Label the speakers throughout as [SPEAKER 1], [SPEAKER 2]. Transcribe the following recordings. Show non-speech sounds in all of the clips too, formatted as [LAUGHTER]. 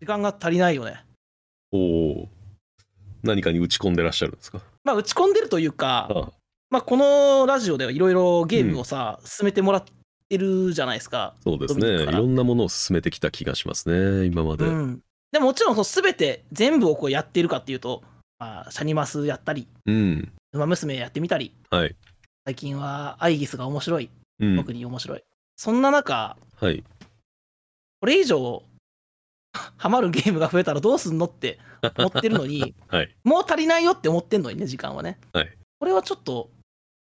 [SPEAKER 1] 時間が足りないよね。
[SPEAKER 2] おお。何かに打ち込んでらっしゃるんですか
[SPEAKER 1] まあ、打ち込んでるというか、
[SPEAKER 2] あ
[SPEAKER 1] まあ、このラジオではいろいろゲームをさ、進めてもらってるじゃないですか。
[SPEAKER 2] そうですね。
[SPEAKER 1] ドミニ
[SPEAKER 2] い
[SPEAKER 1] クから
[SPEAKER 2] ろんなものを進めてきた気がしますね、今まで。
[SPEAKER 1] うん、でももちろんそう全て全部をこうやってるかっていうと、まあ、シャニマスやったり
[SPEAKER 2] うん。
[SPEAKER 1] 「ウマ娘」やってみたり
[SPEAKER 2] はい。
[SPEAKER 1] 最近は「アイギス」が面白い
[SPEAKER 2] うん。
[SPEAKER 1] 特に面白い、そんな中
[SPEAKER 2] はい。
[SPEAKER 1] これ以上 [LAUGHS] ハマるゲームが増えたらどうすんのって思ってるの
[SPEAKER 2] [LAUGHS]
[SPEAKER 1] に
[SPEAKER 2] はい。
[SPEAKER 1] もう足りないよって思ってんのにね時間はね、
[SPEAKER 2] はい
[SPEAKER 1] これはちょっと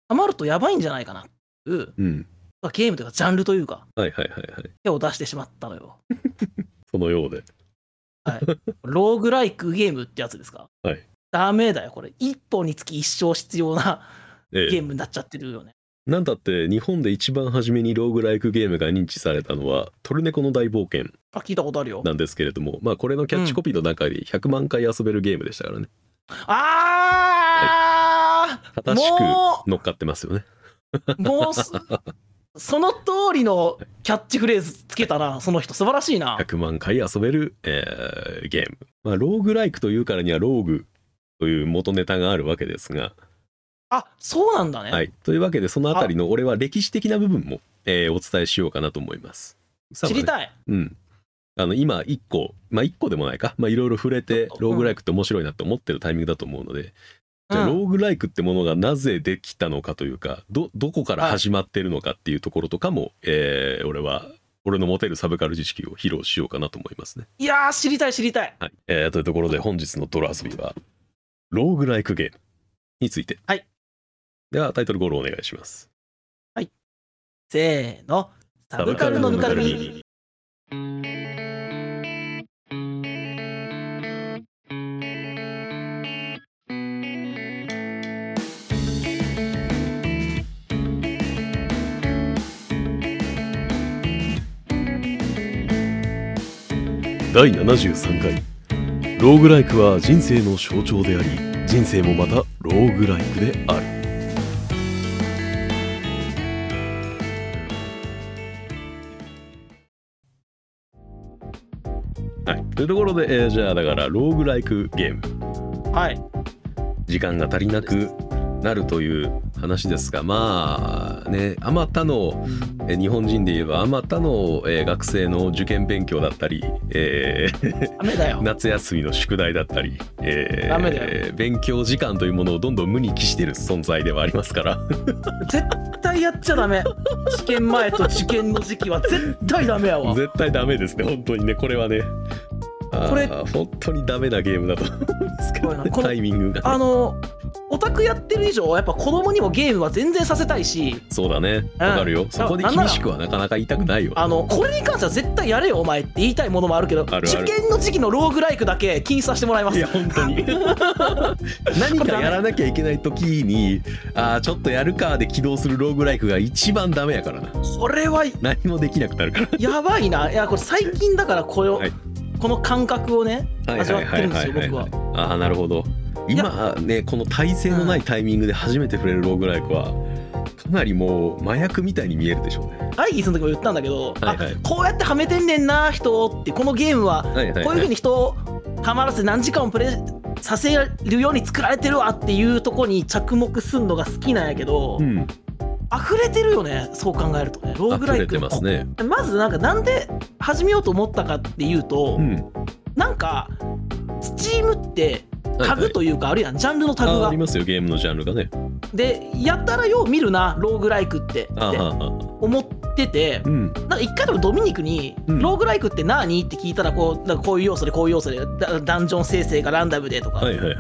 [SPEAKER 1] ハマるとやばいんじゃないかなっていう
[SPEAKER 2] うん。
[SPEAKER 1] まあゲームというかジャンルというか
[SPEAKER 2] はいはいはいはい。
[SPEAKER 1] 手を出してしまったのよ
[SPEAKER 2] そのようで。
[SPEAKER 1] [LAUGHS] ローグライクゲームってやつですか
[SPEAKER 2] はい
[SPEAKER 1] ダメだよ、これ。一本につき一生必要な
[SPEAKER 2] え
[SPEAKER 1] ゲー
[SPEAKER 2] え。
[SPEAKER 1] ムになっちゃってるよね。
[SPEAKER 2] なんだって、日本で一番初めにローグライクゲームが認知されたのは、トルネコの大冒険
[SPEAKER 1] あ、聞いたことあるよ。
[SPEAKER 2] なんですけれども、まあ、これのキャッチコピーの中で100万回遊べるゲームでしたからね。
[SPEAKER 1] あー、
[SPEAKER 2] 正しく乗っかってますよね。
[SPEAKER 1] もう、もうす、その通りのキャッチフレーズつけたな、その人。素晴らしいな。
[SPEAKER 2] 100万回遊べる、えーゲーム。まあ、ローグライクというからにはローグという元ネタがあるわけですが、
[SPEAKER 1] あ、そうなんだね。
[SPEAKER 2] はい。というわけで、そのあたりの俺は歴史的な部分も、えーお伝えしようかなと思います。さあ
[SPEAKER 1] 知り
[SPEAKER 2] ね
[SPEAKER 1] たい。
[SPEAKER 2] うん。あの、今、1個、まあ、1個でもないか、まあ、いろいろ触れて
[SPEAKER 1] ちょっ、と
[SPEAKER 2] ローグライクって面白いなって思ってるタイミングだと思うので、じゃあ
[SPEAKER 1] うん
[SPEAKER 2] ローグライクってものがなぜできたのかというか、ど、どこから始まってるのかっていうところとかも、えー俺は、俺の持てるサブカル知識を披露しようかなと思いますね。
[SPEAKER 1] いやー、知りたい、知りたい。
[SPEAKER 2] はい、えーというところで本日の泥遊びはローグライクゲームについて
[SPEAKER 1] はい
[SPEAKER 2] ではタイトルゴールお願いします
[SPEAKER 1] せーの。サブカルのぬかるみ。
[SPEAKER 2] 第73回ローグライクは人生の象徴であり人生もまたローグライクであるはい、というところで、えーじゃあだからローグライクゲーム
[SPEAKER 1] はい。
[SPEAKER 2] 時間が足りなくなるという話ですがまあねあまたのえー日本人で言えばあまたの、えー学生の受験勉強だったり、えー
[SPEAKER 1] ダメだよ。
[SPEAKER 2] 夏休みの宿題だったり、えー
[SPEAKER 1] ダメだ
[SPEAKER 2] 勉強時間というものをどんどん無に帰してる存在ではありますから
[SPEAKER 1] 絶対やっちゃダメ。試験前と試験の時期は絶対ダメやわ。
[SPEAKER 2] 絶対ダメですね本当にねこれはねあー
[SPEAKER 1] これ
[SPEAKER 2] 本当にダメなゲームだと思うんですけど、
[SPEAKER 1] こ
[SPEAKER 2] ね
[SPEAKER 1] れ、この
[SPEAKER 2] タイミングが
[SPEAKER 1] あのオタクやってる以上やっぱ子供にもゲームは全然させたいし
[SPEAKER 2] そうだね
[SPEAKER 1] うん
[SPEAKER 2] わかるよそこで厳しくはなかなか言いたくないよ
[SPEAKER 1] あのこれに関しては絶対やれよお前って言いたいものもあるけど
[SPEAKER 2] るある
[SPEAKER 1] 受験の時期のローグライクだけ気にさせてもらいま
[SPEAKER 2] い
[SPEAKER 1] す
[SPEAKER 2] や本当 [LAUGHS] に何かやらなきゃいけない時にあーちょっとやるかで起動するローグライクが一番ダメやからな
[SPEAKER 1] これは
[SPEAKER 2] 何もできなくなるから
[SPEAKER 1] やばいないやこれ最近だからこれを、
[SPEAKER 2] はい
[SPEAKER 1] この感覚をね味わってるんですよ僕は。
[SPEAKER 2] ああなるほど今ねこの体勢のないタイミングで初めて触れるローグライクはかなりもう麻薬みたいに見えるでしょうね
[SPEAKER 1] アイギースの時も言ったんだけど、
[SPEAKER 2] はいはい
[SPEAKER 1] あこうやってはめてんねんな人ってこのゲームは
[SPEAKER 2] はいはい
[SPEAKER 1] こういう
[SPEAKER 2] は
[SPEAKER 1] 風
[SPEAKER 2] い
[SPEAKER 1] に人をハマらせ何時間もプレイさせるように作られてるわっていうとこに着目すんのが好きなんやけど、
[SPEAKER 2] うん
[SPEAKER 1] 溢れてるよねそう考えるとねローグ
[SPEAKER 2] 溢
[SPEAKER 1] ラ
[SPEAKER 2] れ
[SPEAKER 1] イク
[SPEAKER 2] て
[SPEAKER 1] の
[SPEAKER 2] ますね
[SPEAKER 1] まずなんかなんで始めようと思ったかっていうと、
[SPEAKER 2] うん
[SPEAKER 1] なんかスチームって
[SPEAKER 2] はい
[SPEAKER 1] タ
[SPEAKER 2] は
[SPEAKER 1] グ
[SPEAKER 2] い
[SPEAKER 1] というか、あるいはジャンルのタグ
[SPEAKER 2] あーあ
[SPEAKER 1] が
[SPEAKER 2] りますよゲームのジャンルがね
[SPEAKER 1] でやったらよう見るなローグライクってって
[SPEAKER 2] あーはーはー
[SPEAKER 1] 思ってて
[SPEAKER 2] うん
[SPEAKER 1] なんか一回でもドミニクに「
[SPEAKER 2] うん
[SPEAKER 1] ローグライクって何?」って聞いたらこうなんかこういう要素でこういう要素でダダンジョン生成がランダムでとか
[SPEAKER 2] はいはいはい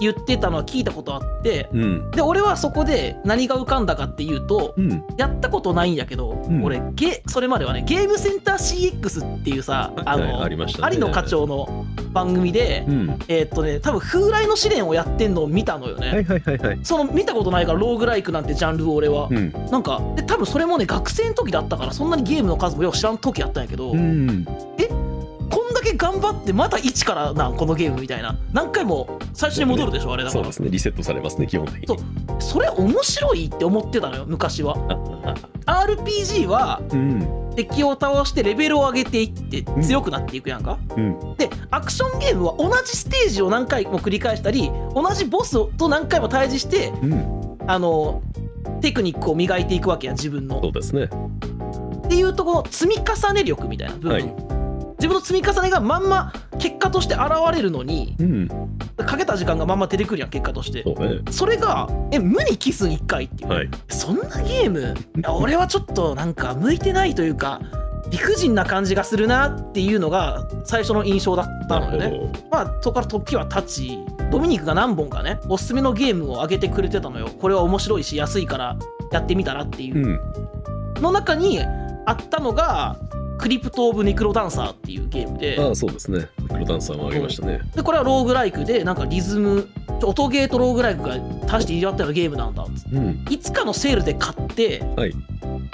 [SPEAKER 1] 言ってたのは聞いたことあって。
[SPEAKER 2] うん
[SPEAKER 1] で俺はそこで何が浮かんだかっていうと、
[SPEAKER 2] うん
[SPEAKER 1] やったことないんやけど、
[SPEAKER 2] ん
[SPEAKER 1] 俺ゲそれまではねゲームセンター CX っていうさあ
[SPEAKER 2] はい
[SPEAKER 1] の、
[SPEAKER 2] ありましたね
[SPEAKER 1] 有野課長の番組で、
[SPEAKER 2] うん
[SPEAKER 1] えーっとね多分風来の試練をやってんのを見たのよね、
[SPEAKER 2] はいはいはいはい
[SPEAKER 1] その見たことないからローグライクなんてジャンルを俺は、
[SPEAKER 2] うん
[SPEAKER 1] なんかで多分それもね学生の時だったからそんなにゲームの数もよく知らん時やったんやけど、
[SPEAKER 2] うん
[SPEAKER 1] こんだけ頑張ってまた一からなんこのゲームみたいな何回も最初に戻るでしょあれだか
[SPEAKER 2] そう
[SPEAKER 1] ら
[SPEAKER 2] ですねリセットされますね基本的
[SPEAKER 1] そう
[SPEAKER 2] に
[SPEAKER 1] それ面白いって思ってたのよ昔は
[SPEAKER 2] あ
[SPEAKER 1] RPG は
[SPEAKER 2] うん
[SPEAKER 1] 敵を倒してレベルを上げていって強くなっていくやんか、
[SPEAKER 2] うん
[SPEAKER 1] でアクションゲームは同じステージを何回も繰り返したり同じボスと何回も対峙して
[SPEAKER 2] うん
[SPEAKER 1] あのテクニックを磨いていくわけや自分の
[SPEAKER 2] そうですね
[SPEAKER 1] っていうとこの積み重ね力みたいな部分、
[SPEAKER 2] はい
[SPEAKER 1] 自分の積み重ねがまんま結果として現れるのに
[SPEAKER 2] うん
[SPEAKER 1] かけた時間がまんま出てくるやん結果として
[SPEAKER 2] そうね
[SPEAKER 1] それがえ無にキス1回っていう、
[SPEAKER 2] はい
[SPEAKER 1] そんなゲームいや俺はちょっとなんか向いてないというか理不尽な感じがするなっていうのが最初の印象だったのよね
[SPEAKER 2] ほど
[SPEAKER 1] まあそこから時は経ちドミニクが何本かねおすすめのゲームを上げてくれてたのよこれは面白いし安いからやってみたらっていううんの中にあったのが「クリプト・オブ・ネクロダンサー」っていうゲームで
[SPEAKER 2] ああそうですね黒炭さんはあげましたね
[SPEAKER 1] でこれはローグライクでなんかリズム音ゲーとローグライクが足して入れ合ったようなゲームなんだっつって
[SPEAKER 2] うん
[SPEAKER 1] いつかのセールで買って、
[SPEAKER 2] はい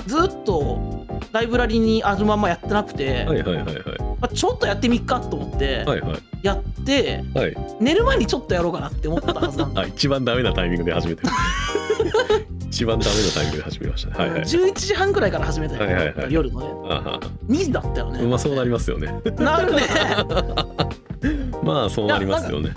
[SPEAKER 1] ずっとライブラリにあるまんまやってなくて、
[SPEAKER 2] はいはいはいはい
[SPEAKER 1] まあ、ちょっとやってみっかと思って、
[SPEAKER 2] はいはい
[SPEAKER 1] やって
[SPEAKER 2] はい
[SPEAKER 1] 寝る前にちょっとやろうかなって思ったはずなんだ
[SPEAKER 2] あ一番ダメなタイミングで始めてる [LAUGHS] 一番ダメなタイミングで始めましたねはいはい
[SPEAKER 1] 11時半ぐらいから始めたよ、
[SPEAKER 2] はいはいはい
[SPEAKER 1] 夜のね
[SPEAKER 2] あは
[SPEAKER 1] 2時だったよね、
[SPEAKER 2] まあそうなりますよね [LAUGHS]
[SPEAKER 1] なるね
[SPEAKER 2] まあそうなりますよね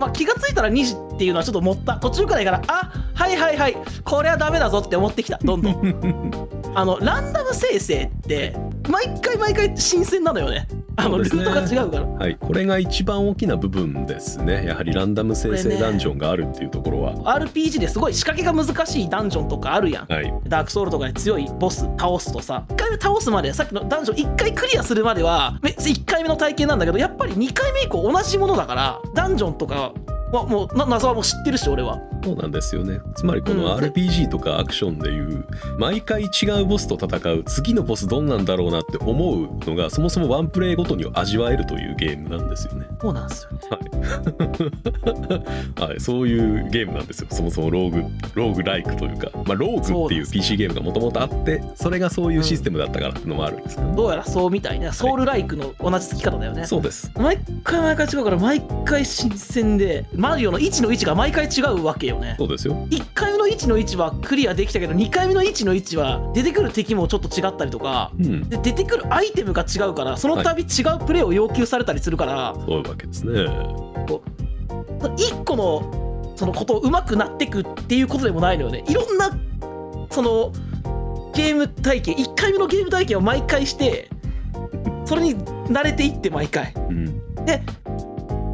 [SPEAKER 1] まあ気がついたら2時っていうのはちょっともった途中くらいからあはいはいはいこれはダメだぞって思ってきたどんどん
[SPEAKER 2] [LAUGHS]
[SPEAKER 1] あのランダム生成って毎回毎回新鮮なのよねあの
[SPEAKER 2] そう
[SPEAKER 1] ル
[SPEAKER 2] ですね
[SPEAKER 1] ートが違うから
[SPEAKER 2] はい、これが一番大きな部分ですねやはりランダム生成ダンジョンがあるっていうところは、
[SPEAKER 1] RPG ですごい仕掛けが難しいダンジョンとかあるやん。
[SPEAKER 2] はい
[SPEAKER 1] ダークソウルとかで強いボス倒すとさ1回目倒すまでさっきのダンジョン1回クリアするまではめ1回目の体験なんだけどやっぱり2回目以降同じものだからダンジョンとかはもうな謎はもう知ってるし俺は
[SPEAKER 2] そうなんですよねつまりこ
[SPEAKER 1] う
[SPEAKER 2] の
[SPEAKER 1] ん
[SPEAKER 2] RPG とかアクションでいう毎回違うボスと戦う次のボスどんなんだろうなって思うのがそもそもワンプレイごとに味わえるというゲームなんですよね
[SPEAKER 1] そうなんですよね
[SPEAKER 2] [LAUGHS] はい、そういうゲームなんですよそもそもローグローグライクというか、まあ、ローグってい
[SPEAKER 1] そうなんで
[SPEAKER 2] う
[SPEAKER 1] す
[SPEAKER 2] PC ゲームがもともとあってそれがそういうシステムだったからっていうのもあるんですけど、
[SPEAKER 1] どうやらそうみたいなソウルライクの同じ付き方だよね
[SPEAKER 2] そうです
[SPEAKER 1] 毎回毎回違うから毎回新鮮でマリオの位置の位置が毎回違うわけよね
[SPEAKER 2] そうですよ
[SPEAKER 1] 1回目の位置の位置はクリアできたけど2回目の位置の位置は出てくる敵もちょっと違ったりとか
[SPEAKER 2] うん
[SPEAKER 1] で出てくるアイテムが違うからその度違うプレーを要求されたりするから、
[SPEAKER 2] そういうわけですね
[SPEAKER 1] 1個のそのことを上手くなってくっていうことでもないのよねいろんなそのゲーム体験1回目のゲーム体験を毎回してそれに慣れていって毎回
[SPEAKER 2] うん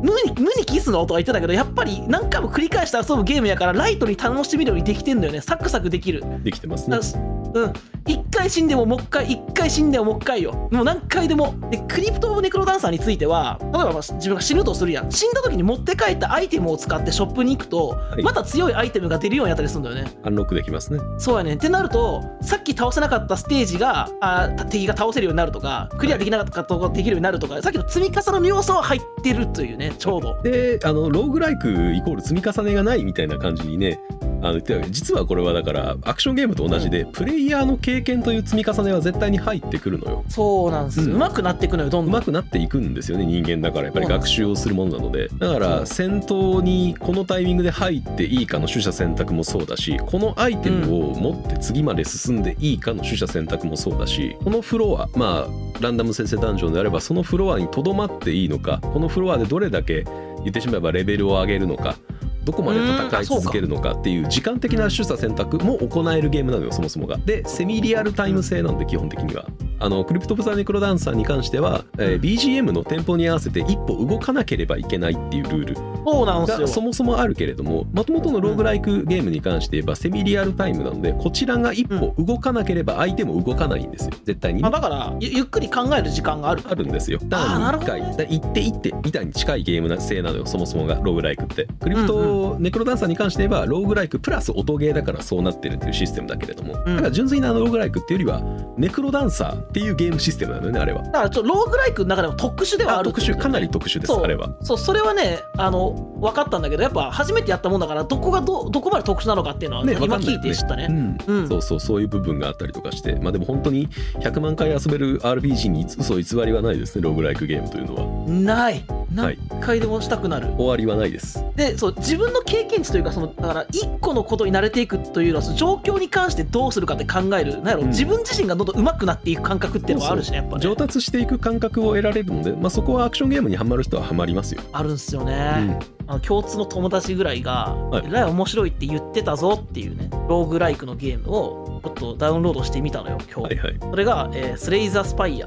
[SPEAKER 1] 無に無にキスの音は言ってたけどやっぱり何回も繰り返して遊ぶゲームやからライトに楽しめるようにできてんだよねサクサクできる
[SPEAKER 2] できてますね
[SPEAKER 1] だからうん、一回死んでももう一回一回死んでももう一回よもう何回でもでクリプト・オブ・ネクロダンサーについては例えばまあ自分が死ぬとするやん死んだ時に持って帰ったアイテムを使ってショップに行くと、
[SPEAKER 2] い
[SPEAKER 1] また強いアイテムが出るようになったりするんだよね
[SPEAKER 2] アンロックできますね
[SPEAKER 1] そうやねんってなるとさっき倒せなかったステージがあー敵が倒せるようになるとかクリアできなかったとこできるようになるとかさっきの積み重ねの要素は入ってるというねちょうど
[SPEAKER 2] であのローグライクイコール積み重ねがないみたいな感じにねあの言ってたけど実はこれはだからアクションゲームと同じで、プレイヤーの経験という積み重ねは絶対に入ってくるのよ
[SPEAKER 1] そうなんです、
[SPEAKER 2] う
[SPEAKER 1] うんまくなっていくのよどんどん
[SPEAKER 2] 上手くなっていくんですよね人間だからやっぱり学習をするものなのでだから戦闘にこのタイミングで入っていいかの取捨選択もそうだしこのアイテムを持って次まで進んでいいかの取捨選択もそうだしこのフロアまあランダム生成ダンジョンであればそのフロアにとどまっていいのかこのフロアでどれだけ言ってしまえばレベルを上げるのかどこまで戦い続けるのかっていう時間的な取捨選択も行えるゲームなのよそもそもが。でセミリアルタイム制なんで基本的には。あのクリプト・オブ・ザ・ネクロダンサーに関しては、えー BGM のテンポに合わせて一歩動かなければいけないっていうルール
[SPEAKER 1] そうなんです
[SPEAKER 2] が
[SPEAKER 1] よ
[SPEAKER 2] そもそもあるけれどももともとのローグライクゲームに関して言えばセミリアルタイムなのでこちらが一歩動かなければ相手も動かないんですよ絶対に
[SPEAKER 1] ま
[SPEAKER 2] ね
[SPEAKER 1] あ、。だからゆゆっくり考える時間がある
[SPEAKER 2] あるんですよ。タ
[SPEAKER 1] あーな
[SPEAKER 2] ーン
[SPEAKER 1] る
[SPEAKER 2] に
[SPEAKER 1] ほど
[SPEAKER 2] 1
[SPEAKER 1] ね
[SPEAKER 2] 回、だから行って行ってみたいに近いゲーム性なのよ、そもそもがローグライクって。クリプト、
[SPEAKER 1] う
[SPEAKER 2] ネクロダンサーに関して言えば、ローグライクプラス音ゲーだからそうなってるっていうシステムだけれども、
[SPEAKER 1] うん
[SPEAKER 2] だから純粋なローグライクっていうよりは、ネクロダンサーっていうゲームシステムなのよね、あれは。
[SPEAKER 1] だからちょっとローグライクの中でも特殊ではあ
[SPEAKER 2] あ
[SPEAKER 1] る
[SPEAKER 2] 特殊、かなり特殊です、
[SPEAKER 1] そう
[SPEAKER 2] あれは。
[SPEAKER 1] そうそれはねあの分かったんだけどやっぱ初めてやったもんだからどこがどどこまで特殊なのかっていうのは、
[SPEAKER 2] ねわ
[SPEAKER 1] 今
[SPEAKER 2] かんない
[SPEAKER 1] 聞
[SPEAKER 2] よ
[SPEAKER 1] い
[SPEAKER 2] ね
[SPEAKER 1] て知ったね
[SPEAKER 2] うん
[SPEAKER 1] うん
[SPEAKER 2] そうそうそういう部分があったりとかしてまあでも本当に100万回遊べる RPG に嘘偽りはないですねローグライクゲームというのは
[SPEAKER 1] ない何回でもしたくなる、
[SPEAKER 2] 終わりはないです
[SPEAKER 1] でそう自分の経験値というかそのだから一個のことに慣れていくというのはその状況に関してどうするかって考えるなんやろ、
[SPEAKER 2] うん
[SPEAKER 1] 自分自身がどんどん上手くなっていく感覚っていうのはあるしねやっぱね
[SPEAKER 2] 上達していく感覚を得られるので、まあ、そこはアクションゲームにハマる人はハマりますよ、
[SPEAKER 1] あるんですよ
[SPEAKER 2] う
[SPEAKER 1] ね、
[SPEAKER 2] ん
[SPEAKER 1] あの共通の友達ぐらいが、
[SPEAKER 2] はい
[SPEAKER 1] えらい面白いって言ってたぞっていうねローグライクのゲームをちょっとダウンロードしてみたのよ今日、
[SPEAKER 2] はいはい
[SPEAKER 1] それが、えースレイザースパイア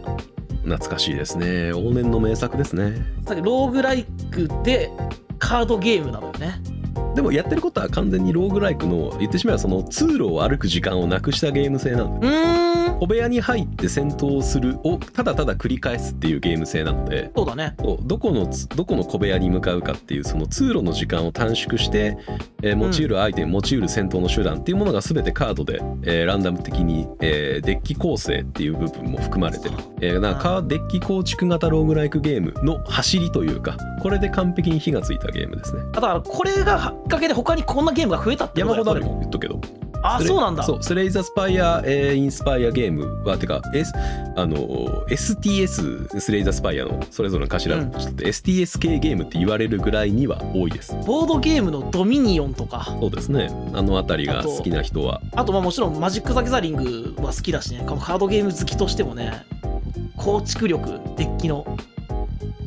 [SPEAKER 2] 懐かしいですね往年の名作ですね
[SPEAKER 1] さっきローグライクでカードゲームなのよね
[SPEAKER 2] でもやってることは完全にローグライクの言ってしまえばその通路を歩く時間をなくしたゲーム性なの
[SPEAKER 1] うーん
[SPEAKER 2] 小部屋に入って戦闘をするをただただ繰り返すっていうゲーム性なので
[SPEAKER 1] そうだね
[SPEAKER 2] そうどこのつどこの小部屋に向かうかっていうその通路の時間を短縮して、えー
[SPEAKER 1] ん
[SPEAKER 2] 持ち得るアイテム持ち得る戦闘の手段っていうものが全てカードで、えーランダム的に、えーデッキ構成っていう部分も含まれてる、えーなんかカーデッキ構築型ローグライクゲームの走りというかこれで完璧に火がついたゲームですね
[SPEAKER 1] だからこれがきっかけで他にこんなゲームが増えたってこ
[SPEAKER 2] 山
[SPEAKER 1] と
[SPEAKER 2] ほどある
[SPEAKER 1] これ
[SPEAKER 2] よ
[SPEAKER 1] も
[SPEAKER 2] 言っとくけど
[SPEAKER 1] あ
[SPEAKER 2] スレ
[SPEAKER 1] そうなんだ
[SPEAKER 2] そうスレイザースパイア、えーインスパイアゲームはてか、S、あのー STS スレイザースパイアのそれぞれの頭
[SPEAKER 1] うん
[SPEAKER 2] ちょっと STS 系ゲームって言われるぐらいには多いです
[SPEAKER 1] ボードゲームのドミニオンとか
[SPEAKER 2] そうですねあの辺りが好きな人は
[SPEAKER 1] あとまあもちろんマジック・ザ・ギャザリングは好きだしねカードゲーム好きとしてもね構築力デッキの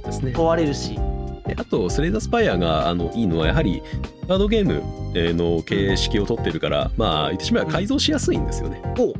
[SPEAKER 2] ですね
[SPEAKER 1] 問われるし
[SPEAKER 2] であとスレイザースパイアがあのいいのはやはりカードゲームえーの形式を取ってるから、まあ言ってしまえば改造しやすいんですよね、
[SPEAKER 1] お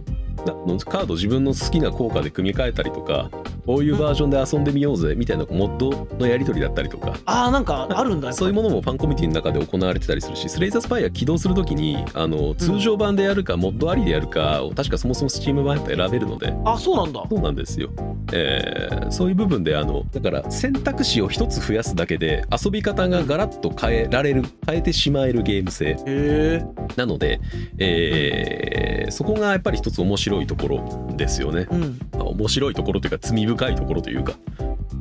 [SPEAKER 2] なのカード自分の好きな効果で組み替えたりとかこういうバージョンで遊んでみようぜみたいなモッドのやり取りだったりとか
[SPEAKER 1] あーなんかあるんだやっぱ
[SPEAKER 2] そういうものもファンコミュニティの中で行われてたりするしスレイザースパイア起動するときにあの通常版でやるかモッドありでやるかを確かそもそも Steam 版やったら選べるので
[SPEAKER 1] あそうなんだ
[SPEAKER 2] そうなんですよ、えーそういう部分であのだから選択肢を一つ増やすだけで遊び方がガラッと変えられる変えてしまえるゲーム性
[SPEAKER 1] へえ
[SPEAKER 2] なので、えーそこがやっぱり一つ面白いところですよね
[SPEAKER 1] うん
[SPEAKER 2] まあ面白いところというか罪深いところというか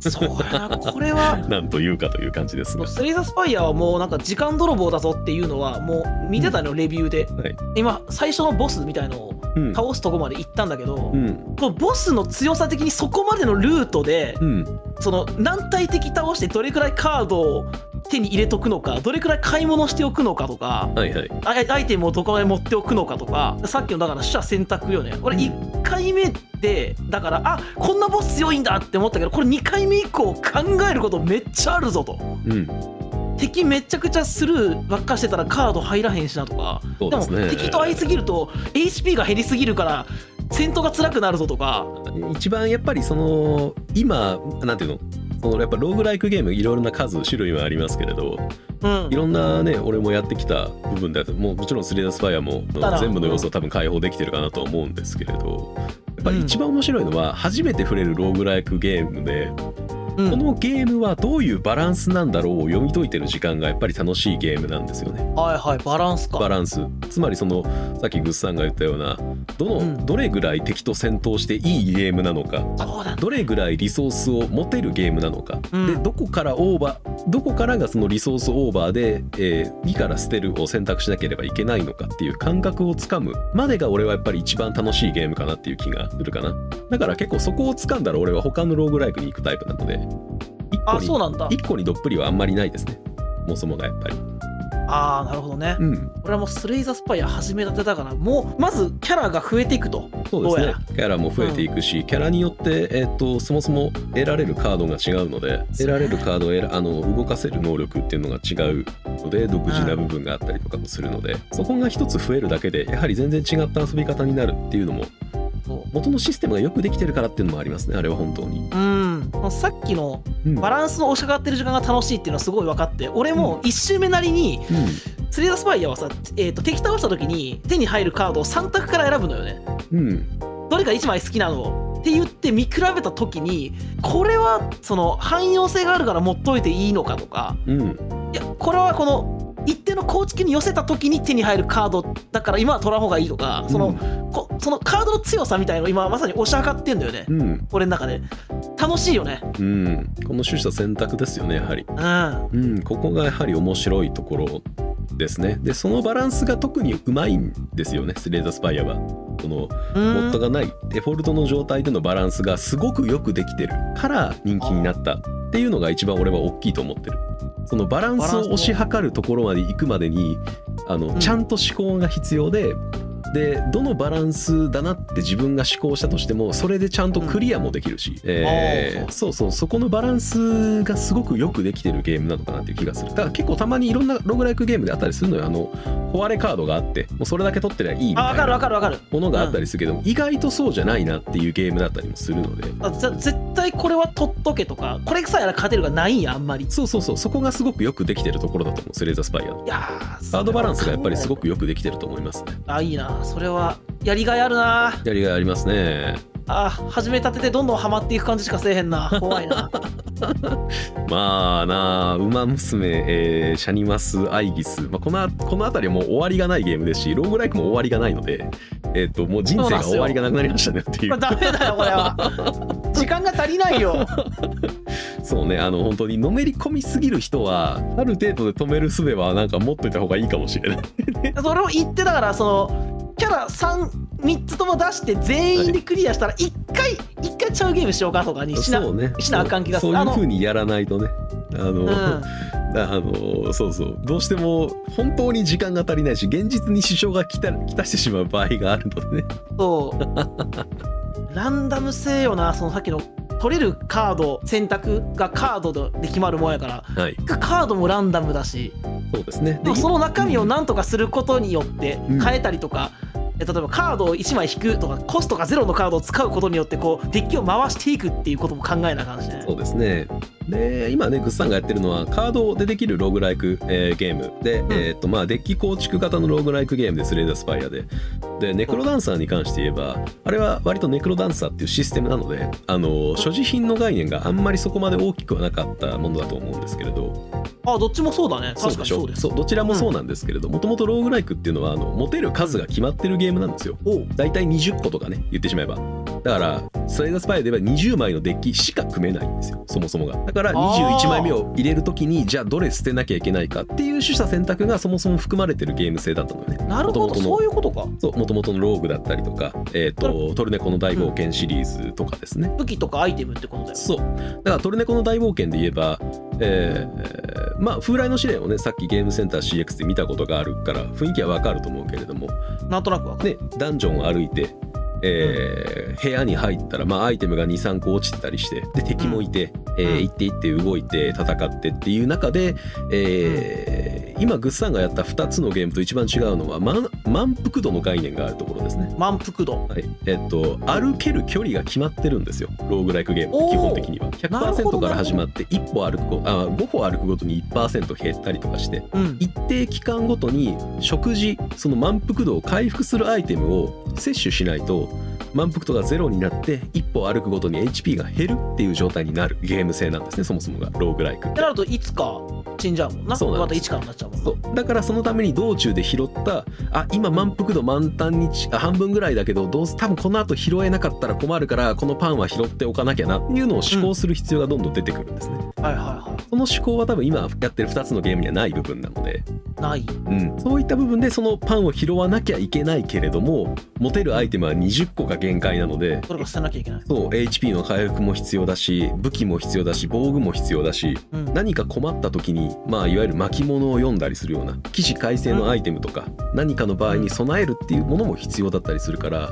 [SPEAKER 1] そうやなこれは
[SPEAKER 2] なんというかという感じですが
[SPEAKER 1] スレイザースパイアはもうなんか時間泥棒だぞっていうのはもう見てたのよレビューで、
[SPEAKER 2] はい
[SPEAKER 1] 今最初のボスみたいのを
[SPEAKER 2] うん
[SPEAKER 1] 倒すとこまで行ったんだけど、
[SPEAKER 2] うん
[SPEAKER 1] このボスの強さ的にそこまでのルートで
[SPEAKER 2] うん
[SPEAKER 1] その何体的倒してどれくらいカードを手に入れとくのかどれくらい買い物しておくのかとか
[SPEAKER 2] はいはい
[SPEAKER 1] あアイテムをどこまで持っておくのかとかさっきのだから取捨選択よね俺
[SPEAKER 2] うん
[SPEAKER 1] 1回目でだからあこんなボス強いんだって思ったけどこれ2回目以降考えることめっちゃあるぞと
[SPEAKER 2] うん
[SPEAKER 1] 敵めちゃくちゃスルーばっかしてたらカード入らへんしなとか
[SPEAKER 2] そうですね
[SPEAKER 1] も敵と会いすぎると HP が減りすぎるから戦闘が辛くなるぞとか
[SPEAKER 2] 一番やっぱりその今なんていうのそのやっぱローグライクゲームいろいろな数種類はありますけれど
[SPEAKER 1] うん
[SPEAKER 2] いろんなね俺もやってきた部分でもうもちろんスレイダースパイアも
[SPEAKER 1] だから
[SPEAKER 2] 全部の要素を多分解放できてるかなとは思うんですけれどやっぱり一番面白いのは初めて触れるローグライクゲームで
[SPEAKER 1] うん
[SPEAKER 2] このゲームはどういうバランスなんだろうを読み解いてる時間がやっぱり楽しいゲームなんですよね。
[SPEAKER 1] はいはいバランスか
[SPEAKER 2] バランスつまりそのさっきグッさんが言ったようなどの、
[SPEAKER 1] うん
[SPEAKER 2] どれぐらい敵と戦闘していいゲームなのか
[SPEAKER 1] そうだね
[SPEAKER 2] どれぐらいリソースを持てるゲームなのか、
[SPEAKER 1] うん
[SPEAKER 2] でどこからオーバーどこからがそのリソースオーバーで、えー2から捨てるを選択しなければいけないのかっていう感覚をつかむまでが俺はやっぱり一番楽しいゲームかなっていう気がするかなだから結構そこをつかんだら俺は他のローグライクに行くタイプなので1個
[SPEAKER 1] あ
[SPEAKER 2] に
[SPEAKER 1] そうなんだ
[SPEAKER 2] 一個にどっぷりはあんまりないですねそもそもがやっぱり
[SPEAKER 1] ああなるほどね、
[SPEAKER 2] うん
[SPEAKER 1] 俺はもうスレイザースパイア始めたてだからもうまずキャラが増えていくと
[SPEAKER 2] そうです
[SPEAKER 1] どう
[SPEAKER 2] ね
[SPEAKER 1] やら
[SPEAKER 2] キャラも増えていくし、キャラによって、えー、とそもそも得られるカードが違うので得られるカードを得らあの動かせる能力っていうのが違うので独自な部分があったりとかもするので、そこが一つ増えるだけでやはり全然違った遊び方になるっていうのも
[SPEAKER 1] そ
[SPEAKER 2] 元のシステムがよくできてるからっていうのもありますねあれは本当に。
[SPEAKER 1] ううんさっきの
[SPEAKER 2] うん
[SPEAKER 1] バランスの押し上がってる時間が楽しいっていうのはすごい分かって俺も1周目なりに
[SPEAKER 2] うん
[SPEAKER 1] スレイザースパイアはさ、えー、と敵倒した時に手に入るカードを3択から選ぶのよね
[SPEAKER 2] うん
[SPEAKER 1] どれか1枚好きなのって言って見比べた時にこれはその汎用性があるから持っといていいのかとか
[SPEAKER 2] うん
[SPEAKER 1] いやこれはこの一定の構築に寄せた時に手に入るカードだから今は取らん方がいいとかその,、こそのカードの強さみたいのを今まさに押し上がってんだよね、
[SPEAKER 2] うんうん
[SPEAKER 1] 俺の中で楽しいよね
[SPEAKER 2] うんこの取捨選択ですよねやはり。
[SPEAKER 1] うん
[SPEAKER 2] うん、ここがやはり面白いところですね。で、そのバランスが特にうまいんですよね、スレイザースパイアは。この
[SPEAKER 1] うん
[SPEAKER 2] モッドがないデフォルトの状態でのバランスがすごくよくできてるから人気になったっていうのが一番俺は大きいと思ってるそのバランスを推し量るところまで行くまでにあの
[SPEAKER 1] ん
[SPEAKER 2] ちゃんと思考が必要で、でどのバランスだなって自分が思考したとしてもそれでちゃんとクリアもできるし、えー
[SPEAKER 1] あー
[SPEAKER 2] そうそうそこのバランスがすごくよくできてるゲームなのかなっていう気がするだから結構たまにいろんなログライクゲームであったりするのよあの壊れカードがあってもうそれだけ取ってりゃいいみ
[SPEAKER 1] あ
[SPEAKER 2] た
[SPEAKER 1] 分か
[SPEAKER 2] い
[SPEAKER 1] る分
[SPEAKER 2] な
[SPEAKER 1] かる分かる
[SPEAKER 2] ものがあったりするけども、意外とそうじゃないなっていうゲームだったりもするので
[SPEAKER 1] あぜ絶対これは取っとけとかこれさえあら勝てるがないんやあんまりい
[SPEAKER 2] そうそうそうそこがすごくよくできてるところだと思うスレイザースパイアの
[SPEAKER 1] やー
[SPEAKER 2] ガードバランスがやっぱりすご
[SPEAKER 1] く
[SPEAKER 2] くよくできてると思いますね
[SPEAKER 1] あいいなそれはやりがいあるな
[SPEAKER 2] やりがいありますね
[SPEAKER 1] あ始めたててどんどんハマっていく感じしかせえへんな怖いな
[SPEAKER 2] まあなあ「ウマ娘」えーシャニマス」「アイギス」まあ、このこの辺りはもう終わりがないゲームですしローグライクも終わりがないので、えっともう人生が終わりがなくなりましたねってい
[SPEAKER 1] こ
[SPEAKER 2] う
[SPEAKER 1] れダメだよこれは時間が足りないよ
[SPEAKER 2] そうねあの本当にのめり込みすぎる人はある程度で止める術はなんか持っといた方がいいかもしれない
[SPEAKER 1] それを言ってだからそのキャラ33つとも出して全員でクリアしたら一回一回ちゃうゲームしようかとかにしな
[SPEAKER 2] そうね
[SPEAKER 1] しなあかん気がす
[SPEAKER 2] そう
[SPEAKER 1] る
[SPEAKER 2] そ
[SPEAKER 1] あ
[SPEAKER 2] ういう
[SPEAKER 1] の
[SPEAKER 2] 風にやらないとねあの、
[SPEAKER 1] うん
[SPEAKER 2] あのそうそうどうしても本当に時間が足りないし現実に支障がきたきたしてしまう場合があるのでね
[SPEAKER 1] そうランダム性よなそのさっきの取れるカード選択がカードで決まるもんやから
[SPEAKER 2] はい
[SPEAKER 1] カードもランダムだし
[SPEAKER 2] そうですね
[SPEAKER 1] でも
[SPEAKER 2] い
[SPEAKER 1] その中身を何とかすることによって
[SPEAKER 2] うん
[SPEAKER 1] 変えたりとか、え例えばカードを1枚引くとかコストがゼロのカードを使うことによってこうデッキを回していくっていうことも考えなあかんしね
[SPEAKER 2] そうですねで今ねグッさんがやってるのはカードでできるローグライク、えーゲームで、
[SPEAKER 1] ん
[SPEAKER 2] えーっとまあ、デッキ構築型のローグライクゲームですレーザースパイアででネクロダンサーに関して言えばあれは割とネクロダンサーっていうシステムなのであの所持品の概念があんまりそこまで大きくはなかったものだと思うんですけれど
[SPEAKER 1] あどっちもそうだね確かにそうです
[SPEAKER 2] そうどちらもそうなんですけれどもともとローグライクっていうのはあの持てる数が決まってるゲームなんですよ大体20個とかね言ってしまえばだからスライダースパイアでは20枚のデッキしか組めないんですよそもそもがだから
[SPEAKER 1] あー
[SPEAKER 2] 21枚目を入れる時にじゃあどれ捨てなきゃいけないかっていう取捨選択がそもそも含まれてるゲーム性だったのよね
[SPEAKER 1] なるほど
[SPEAKER 2] 元々の
[SPEAKER 1] そういうことか
[SPEAKER 2] そう元々のローグだったりとか、えー、とトルネコの大冒険シリーズとかですね、
[SPEAKER 1] 武器とかアイテムってことだよ
[SPEAKER 2] そうだからトルネコの大冒険で言えば、えーまあ風来の試練をねさっきゲームセンター CX で見たことがあるから雰囲気はわかると思うけれども
[SPEAKER 1] なんとなくわかる
[SPEAKER 2] ねダンジョンを歩いて、えー部屋に入ったら、まあ、アイテムが23個落ちてたりしてで敵もいて、えー
[SPEAKER 1] うん
[SPEAKER 2] 行って行って動いて戦ってっていう中で、えー今グッサンがやった2つのゲームと一番違うのは満満腹度の概念があるところですね。
[SPEAKER 1] 満腹度
[SPEAKER 2] はいえっと、歩ける距離が決まってるんですよローグライクゲームっ
[SPEAKER 1] お
[SPEAKER 2] て
[SPEAKER 1] ー
[SPEAKER 2] 基本的には
[SPEAKER 1] なるほ
[SPEAKER 2] 100%
[SPEAKER 1] ど
[SPEAKER 2] から始まって1歩歩くごあ5歩歩くごとに1%減ったりとかして
[SPEAKER 1] うん
[SPEAKER 2] 一定期間ごとに食事その満腹度を回復するアイテムを摂取しないと満腹度がゼロになって1歩歩くごとに HP が減るっていう状態になるゲーム性なんですねそもそもがローグライクっ
[SPEAKER 1] っててなるといつか死んじゃうもんな
[SPEAKER 2] そうなん
[SPEAKER 1] また
[SPEAKER 2] です
[SPEAKER 1] 1からになっちゃうもんな
[SPEAKER 2] そうだからそのために道中で拾ったあ今満腹度満タンにちあ半分ぐらいだけどどうす多分この後拾えなかったら困るからこのパンは拾っておかなきゃなっていうのを思考する必要がどんどん出てくるんですね、
[SPEAKER 1] はいはいは
[SPEAKER 2] その思考は多分今やってる2つのゲームにはない部分なので、
[SPEAKER 1] いない
[SPEAKER 2] うん、そういった部分でそのパンを拾わなきゃいけないけれども持てるアイテムは20個が限界なので
[SPEAKER 1] それから捨てなきゃいけない、
[SPEAKER 2] そう HP の回復も必要だし武器も必要だし防具も必要だし
[SPEAKER 1] うん、
[SPEAKER 2] 何か困った時に、まあ、いわゆる巻物を読んだりするような起死回生のアイテムとか、何かの場合に備えるっていうものも必要だったりするから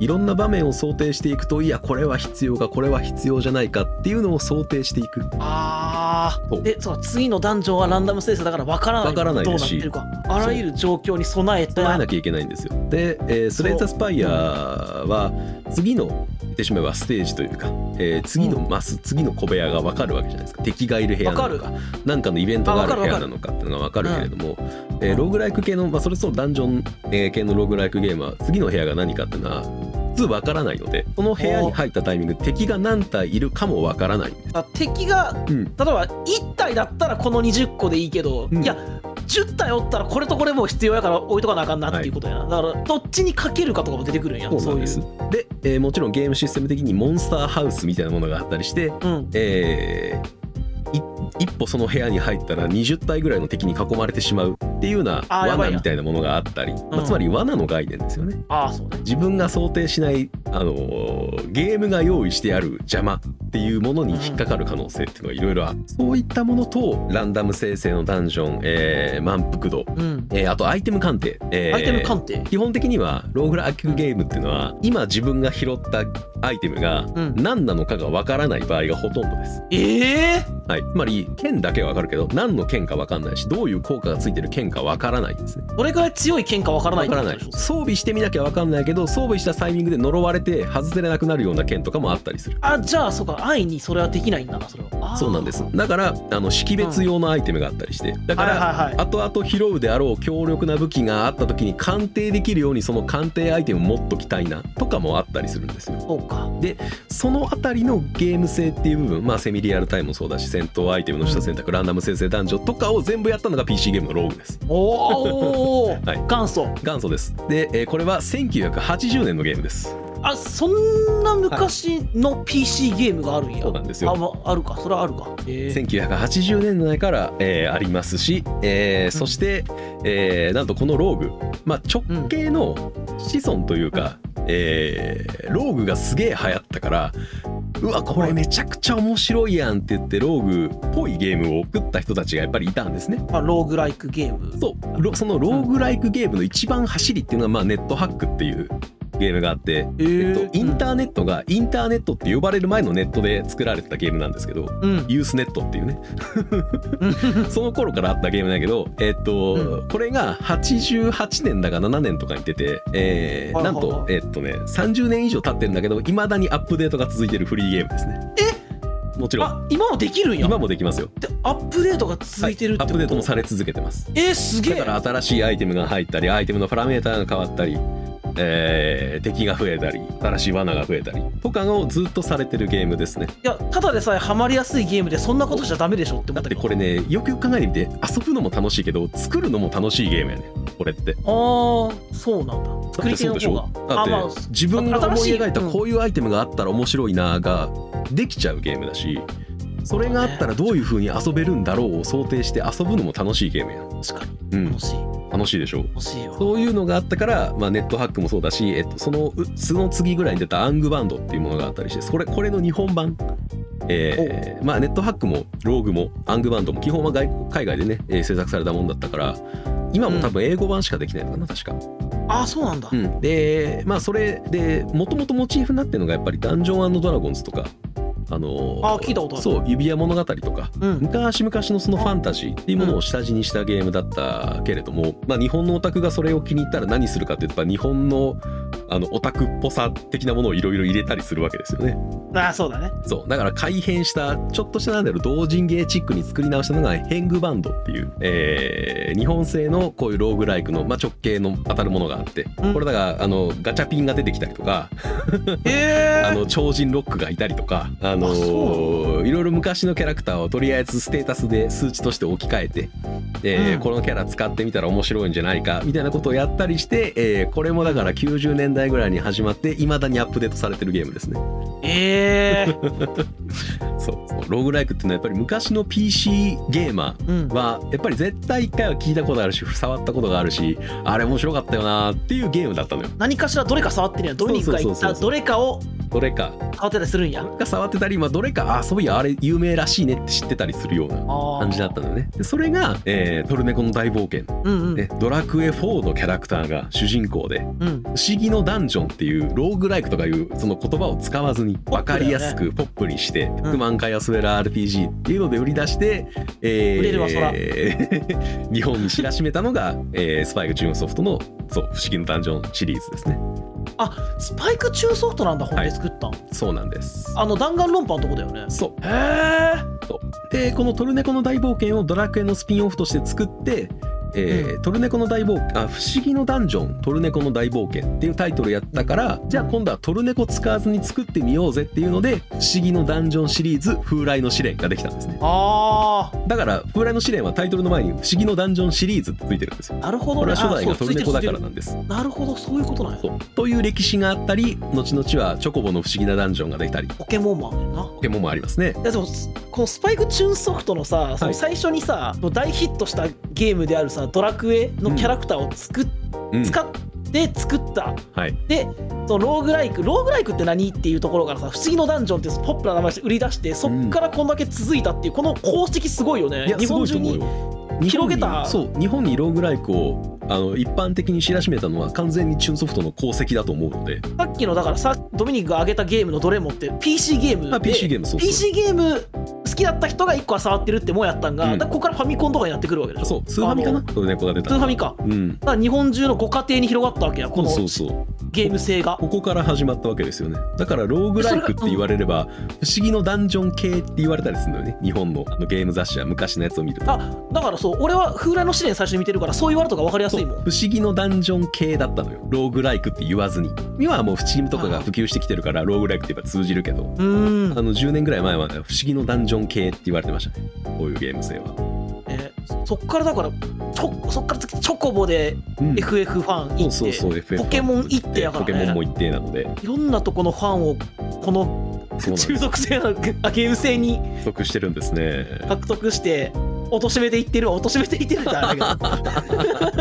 [SPEAKER 2] いろんな場面を想定していくといやこれは必要かこれは必要じゃないかっていうのを想定していく
[SPEAKER 1] あ
[SPEAKER 2] そ
[SPEAKER 1] ー
[SPEAKER 2] う
[SPEAKER 1] でそう次のダンジョンはランダム生成だからわからない
[SPEAKER 2] わからない
[SPEAKER 1] どう
[SPEAKER 2] で
[SPEAKER 1] な
[SPEAKER 2] す
[SPEAKER 1] っ
[SPEAKER 2] して
[SPEAKER 1] るかあらゆる状況に備えて
[SPEAKER 2] 備えなきゃいけないんですよ。で、えースレイザースパイアは次の言ってしまえばステージというか、えー次のマス、次の小部屋が分かるわけじゃないですか敵がいる部屋なの
[SPEAKER 1] わか
[SPEAKER 2] か何かのイベントがある
[SPEAKER 1] あ
[SPEAKER 2] 部
[SPEAKER 1] わかる
[SPEAKER 2] 屋
[SPEAKER 1] わか
[SPEAKER 2] な
[SPEAKER 1] る
[SPEAKER 2] のかっていうのが分かるけれども、
[SPEAKER 1] ん
[SPEAKER 2] えーローグライク系の、まあ、それこそダンジョンえー系のローグライクゲームは次の部屋が何かっていうのは普通分からないのでその部屋に入ったタイミングで敵が何体いるかも分からないんです。
[SPEAKER 1] あ敵が
[SPEAKER 2] うん
[SPEAKER 1] 例えば1体だったらこの20個でいいけど、
[SPEAKER 2] うん
[SPEAKER 1] いや10体おったらこれとこれも必要やから置いとかなあかんなっていうことやな、だからどっちにかけるかとかも出てくるんや
[SPEAKER 2] そうなんです
[SPEAKER 1] う
[SPEAKER 2] で、えーもちろんゲームシステム的にモンスターハウスみたいなものがあったりして
[SPEAKER 1] いう、うん、
[SPEAKER 2] えーい一歩その部屋に入ったら20体ぐらいの敵に囲まれてしまうっていうような
[SPEAKER 1] あーやばい
[SPEAKER 2] 罠
[SPEAKER 1] な
[SPEAKER 2] みたいなものがあったり、まあ
[SPEAKER 1] うん
[SPEAKER 2] つまり罠の概念ですよね。
[SPEAKER 1] ああそうね
[SPEAKER 2] 自分が想定しない、あのーゲームが用意してある邪魔っていうものに引っかかる可能性っていうのがいろいろあるそういったものとランダム生成のダンジョン、えー満腹度、
[SPEAKER 1] うん
[SPEAKER 2] えーあとアイテム鑑定、えー
[SPEAKER 1] アイテム鑑定
[SPEAKER 2] 基本的にはローグラックゲームっていうのは今自分が拾ったアイテムが
[SPEAKER 1] うん
[SPEAKER 2] 何なのかがわからない場合がほとんどです、
[SPEAKER 1] ええ
[SPEAKER 2] はい、つまり剣だけはわかるけど何の剣かわかんないしどういう効果がついてる剣かわからないですね
[SPEAKER 1] どれくらい強い剣かわからない
[SPEAKER 2] わ
[SPEAKER 1] っ
[SPEAKER 2] か
[SPEAKER 1] て
[SPEAKER 2] ら
[SPEAKER 1] こと
[SPEAKER 2] ない
[SPEAKER 1] でしょ
[SPEAKER 2] 装備してみなきゃわかんないけど装備したタイミングで呪われて外せれなくなるような剣とかもあったりする
[SPEAKER 1] あじゃあそうか安易にそれはできないんだなそれはあー
[SPEAKER 2] そうなんですだからあの識別用のアイテムがあったりしてだか
[SPEAKER 1] はい
[SPEAKER 2] ら
[SPEAKER 1] はいはい
[SPEAKER 2] 後々拾うであろう強力な武器があった時に鑑定できるようにその鑑定アイテム持っときたいなとかもあったりするんですよ
[SPEAKER 1] そうか
[SPEAKER 2] そのあたりのゲーム性っていう部分まあセミリアルタイムもそうだし戦闘アイテムの下選択、ランダム生成男女とかを全部やったのが PC ゲームのローグです
[SPEAKER 1] おお、
[SPEAKER 2] [LAUGHS] はい
[SPEAKER 1] 元祖
[SPEAKER 2] 元祖ですで、えーこれは1980年のゲームです
[SPEAKER 1] あそんな昔の PC ゲームがあるんや、
[SPEAKER 2] そうなんですよ
[SPEAKER 1] あまあるかそれはあるかえー
[SPEAKER 2] 1980年代から、えーありますし、えーそして、えーなんとこのローグ、まあ、直系の子孫というか、えーローグがすげえ流行ったからうわこれめちゃくちゃ面白いやんって言ってローグっぽいゲームを送った人たちがやっぱりいたんですね。
[SPEAKER 1] まあ、ローグライクゲーム
[SPEAKER 2] そうロそのローグライクゲームの一番走りっていうのは、まあ、ネットハックっていうゲームがあって、
[SPEAKER 1] えー
[SPEAKER 2] えっと、インターネットがインターネットって呼ばれる前のネットで作られてたゲームなんですけど
[SPEAKER 1] うん
[SPEAKER 2] ユースネットっていうね
[SPEAKER 1] うん
[SPEAKER 2] [LAUGHS] その頃からあったゲームだけど、えっと、
[SPEAKER 1] う
[SPEAKER 2] これが88年だか7年とかに出て、えー
[SPEAKER 1] はい
[SPEAKER 2] な
[SPEAKER 1] はい
[SPEAKER 2] ん
[SPEAKER 1] はい
[SPEAKER 2] と、えっとね、30年以上経ってるんだけど、いまだにアップデートが続いてるフリーゲームですね。えもちろん、
[SPEAKER 1] あ今もできるんや
[SPEAKER 2] 今もできますよ。
[SPEAKER 1] でアップデートが続いてるって
[SPEAKER 2] は
[SPEAKER 1] こと、
[SPEAKER 2] いアップデートもされ続けてます。
[SPEAKER 1] えー、すげ
[SPEAKER 2] だ
[SPEAKER 1] え
[SPEAKER 2] から新しいアイテムが入ったり、アイテムのパラメーターが変わったり、えー敵が増えたり、新しい罠が増えたり、とかをずっとされてるゲームですね。
[SPEAKER 1] いやただでさえハマりやすいゲームでそんなことしちゃダメでしょって思
[SPEAKER 2] だ
[SPEAKER 1] っ
[SPEAKER 2] っ
[SPEAKER 1] たけ
[SPEAKER 2] て
[SPEAKER 1] ど
[SPEAKER 2] これね、よくよく考えてみて、遊ぶのも楽しいけど、作るのも楽しいゲームやね。これって。
[SPEAKER 1] ああそうなんだ
[SPEAKER 2] だっ
[SPEAKER 1] 作
[SPEAKER 2] て
[SPEAKER 1] り手
[SPEAKER 2] そう
[SPEAKER 1] の
[SPEAKER 2] でし
[SPEAKER 1] 方
[SPEAKER 2] ょ
[SPEAKER 1] が
[SPEAKER 2] だって、
[SPEAKER 1] あまあ
[SPEAKER 2] 自分が思い描いた
[SPEAKER 1] 新しいうん
[SPEAKER 2] こういうアイテムがあったら面白いなができちゃうゲームだしそれがあったらどういう風に遊べるんだろうを想定して遊ぶのも楽しいゲームやん
[SPEAKER 1] 確かに
[SPEAKER 2] うん
[SPEAKER 1] 楽しい、
[SPEAKER 2] 楽しいでしょう
[SPEAKER 1] 楽しいよ
[SPEAKER 2] そういうのがあったから、まあ、ネットハックもそうだし、えっと、そのうその次ぐらいに出たアングバンドっていうものがあったりしてこれこれの日本版、えーまあ、ネットハックもローグもアングバンドも基本は外国海外でね、えー制作されたもんだったから今も多分英語版しかできないのかな確か。
[SPEAKER 1] ああそうなんだ、
[SPEAKER 2] うん、でまあそれでもともとモチーフになってるのがやっぱり「ダンジョンドラゴンズ」とか。あのー
[SPEAKER 1] あ聞いたことある
[SPEAKER 2] そう指輪物語とか
[SPEAKER 1] うん、
[SPEAKER 2] 昔々のそのファンタジーっていうものを下地にしたゲームだったけれども、まあ、日本のオタクがそれを気に入ったら何するかっていうとやっぱ日本のあのオタクっぽさ的なものをいろいろ入れたりするわけですよね
[SPEAKER 1] ああそう
[SPEAKER 2] [LAUGHS]
[SPEAKER 1] だね
[SPEAKER 2] そうだから改変したちょっとしたなんだろう同人芸チックに作り直したのがヘングバンドっていう、えー日本製のこういうローグライクの、まあ、直系の当たるものがあって、
[SPEAKER 1] うん
[SPEAKER 2] これだからあのガチャピンが出てきたりとか
[SPEAKER 1] え
[SPEAKER 2] あ
[SPEAKER 1] ー、
[SPEAKER 2] の超人ロックがいたりとか、あの
[SPEAKER 1] あそう
[SPEAKER 2] いろいろ昔のキャラクターをとりあえずステータスで数値として置き換えて、えー
[SPEAKER 1] うん
[SPEAKER 2] このキャラ使ってみたら面白いんじゃないかみたいなことをやったりして、えーこれもだから90年代ぐらいに始まっていまだにアップデートされてるゲームですね。
[SPEAKER 1] えー、
[SPEAKER 2] そうそうローグライクっていうのはやっぱり昔の PC ゲーマー
[SPEAKER 1] うん
[SPEAKER 2] はやっぱり絶対1回は聞いたことあるし触ったことがあるしあれ面白かったよなっていうゲームだったのよ。
[SPEAKER 1] 何かしらどれか触ってるんやドミニクが言っ
[SPEAKER 2] そうそうそう
[SPEAKER 1] た
[SPEAKER 2] そ
[SPEAKER 1] ど
[SPEAKER 2] う
[SPEAKER 1] れかを
[SPEAKER 2] どれか
[SPEAKER 1] 触ってたりするんや
[SPEAKER 2] が触ってたり、まあ、どれかあそういやあれ有名らしいねって知ってたりするような
[SPEAKER 1] 感
[SPEAKER 2] 感じだったのよねでそれが、えートルネコの大冒険」
[SPEAKER 1] うんうん、
[SPEAKER 2] ねドラクエ4」のキャラクターが主人公で
[SPEAKER 1] うん
[SPEAKER 2] 「不思議のダンジョン」っていうローグライクとかいうその言葉を使わずに分かりやすくポップにして「
[SPEAKER 1] ん
[SPEAKER 2] 不満開やすべら RPG」っていうので売り出して、えー
[SPEAKER 1] 売れるわそら
[SPEAKER 2] [LAUGHS] 日本に知らしめたのが、えースパイクチューンソフトの「そう不思議のダンジョン」シリーズですね
[SPEAKER 1] あスパイク中ソフトなんだ本で作ったん、
[SPEAKER 2] そうなんです
[SPEAKER 1] あの弾丸論破のとこだよね
[SPEAKER 2] そう
[SPEAKER 1] へえ
[SPEAKER 2] でこの「トルネコの大冒険」をドラクエのスピンオフとして作って「えートルネコの大冒険」あ「不思議のダンジョントルネコの大冒険」っていうタイトルやったからじゃあ今度はトルネコ使わずに作ってみようぜっていうので「不思議のダンジョン」シリーズ「風来の試練」ができたんですね
[SPEAKER 1] あ
[SPEAKER 2] だから「風来の試練」はタイトルの前に「不思議のダンジョン」シリーズってついてるんですよ
[SPEAKER 1] ーなるほ
[SPEAKER 2] こ
[SPEAKER 1] ど
[SPEAKER 2] れ
[SPEAKER 1] ね
[SPEAKER 2] は初
[SPEAKER 1] あ
[SPEAKER 2] 代
[SPEAKER 1] そ
[SPEAKER 2] が
[SPEAKER 1] う
[SPEAKER 2] ト
[SPEAKER 1] つ
[SPEAKER 2] ル
[SPEAKER 1] いてる
[SPEAKER 2] ネ
[SPEAKER 1] つ
[SPEAKER 2] コ
[SPEAKER 1] い
[SPEAKER 2] だ
[SPEAKER 1] て
[SPEAKER 2] か
[SPEAKER 1] る
[SPEAKER 2] らなんです
[SPEAKER 1] なるほどそういうことなんや
[SPEAKER 2] そうという歴史があったり後々はチョコボの不思議なダンジョンができたり
[SPEAKER 1] ポケモンもあんねんな
[SPEAKER 2] ポケモンもありますね
[SPEAKER 1] いやでもこのスパイクチューンソフトのさその最初にさ、もう大ヒットしたゲームであるさ、さドラクエのキャラクターを作っ
[SPEAKER 2] うん
[SPEAKER 1] 使って作った
[SPEAKER 2] はい
[SPEAKER 1] でそのローグライクローグライクって何っていうところからさ「不思議のダンジョン」ってポップな名前して売り出してそっからこんだけ続いたっていうこの功績すごいよね
[SPEAKER 2] いや
[SPEAKER 1] 日本
[SPEAKER 2] す
[SPEAKER 1] 中
[SPEAKER 2] ごい
[SPEAKER 1] に
[SPEAKER 2] と思うよ
[SPEAKER 1] 広げた
[SPEAKER 2] 日本にそう日本にローグライクをあの一般的に知らしめたのは完全にチュンソフトの功績だと思うので
[SPEAKER 1] さっきのだからさドミニクが挙げたゲームのどれもって PC ゲームで
[SPEAKER 2] あ PC ゲームそうそう
[SPEAKER 1] PC ゲーム好きだった人が1個は触ってるってもうやったんが、
[SPEAKER 2] う
[SPEAKER 1] だ
[SPEAKER 2] ん
[SPEAKER 1] からここからファミコンとかになってくるわけでしょ
[SPEAKER 2] そうスーファミかな
[SPEAKER 1] あ
[SPEAKER 2] そう猫が出
[SPEAKER 1] スー
[SPEAKER 2] た
[SPEAKER 1] ファミか
[SPEAKER 2] う
[SPEAKER 1] だ
[SPEAKER 2] ん
[SPEAKER 1] から日本中のご家庭に広がったわけやこの
[SPEAKER 2] そうそう
[SPEAKER 1] ゲーム性が
[SPEAKER 2] ここから始まったわけですよねだからローグライクって言われれば不思議のダンジョン系って言われたりするのよね日本のあのゲーム雑誌や昔のやつを見ると
[SPEAKER 1] あだからそう俺は風来の試練最初に見てるからそう言われた方が分かりやす
[SPEAKER 2] そう
[SPEAKER 1] い
[SPEAKER 2] 不
[SPEAKER 1] もん
[SPEAKER 2] 思議のダンジョン系だったのよローグライクって言わずに今はもう不思議とかが普及してきてるからローグライクって言えば通じるけど
[SPEAKER 1] うーん
[SPEAKER 2] あの10年ぐらい前までは不思議のダンジョン系って言われてましたねこういうゲーム性は、
[SPEAKER 1] えーそっからだからちょそっから次チョコボで
[SPEAKER 2] うん
[SPEAKER 1] FF ファン行って、
[SPEAKER 2] そうそうそう FF
[SPEAKER 1] ポケモン一定やからね
[SPEAKER 2] ポケモンも一定なので
[SPEAKER 1] いろんなとこのファンをこの
[SPEAKER 2] そうなんです
[SPEAKER 1] [LAUGHS] 中毒性のあゲーム性に
[SPEAKER 2] 得してるんですね
[SPEAKER 1] 獲得して貶めていってるわ貶めていってるってあれだ
[SPEAKER 2] [LAUGHS]
[SPEAKER 1] けど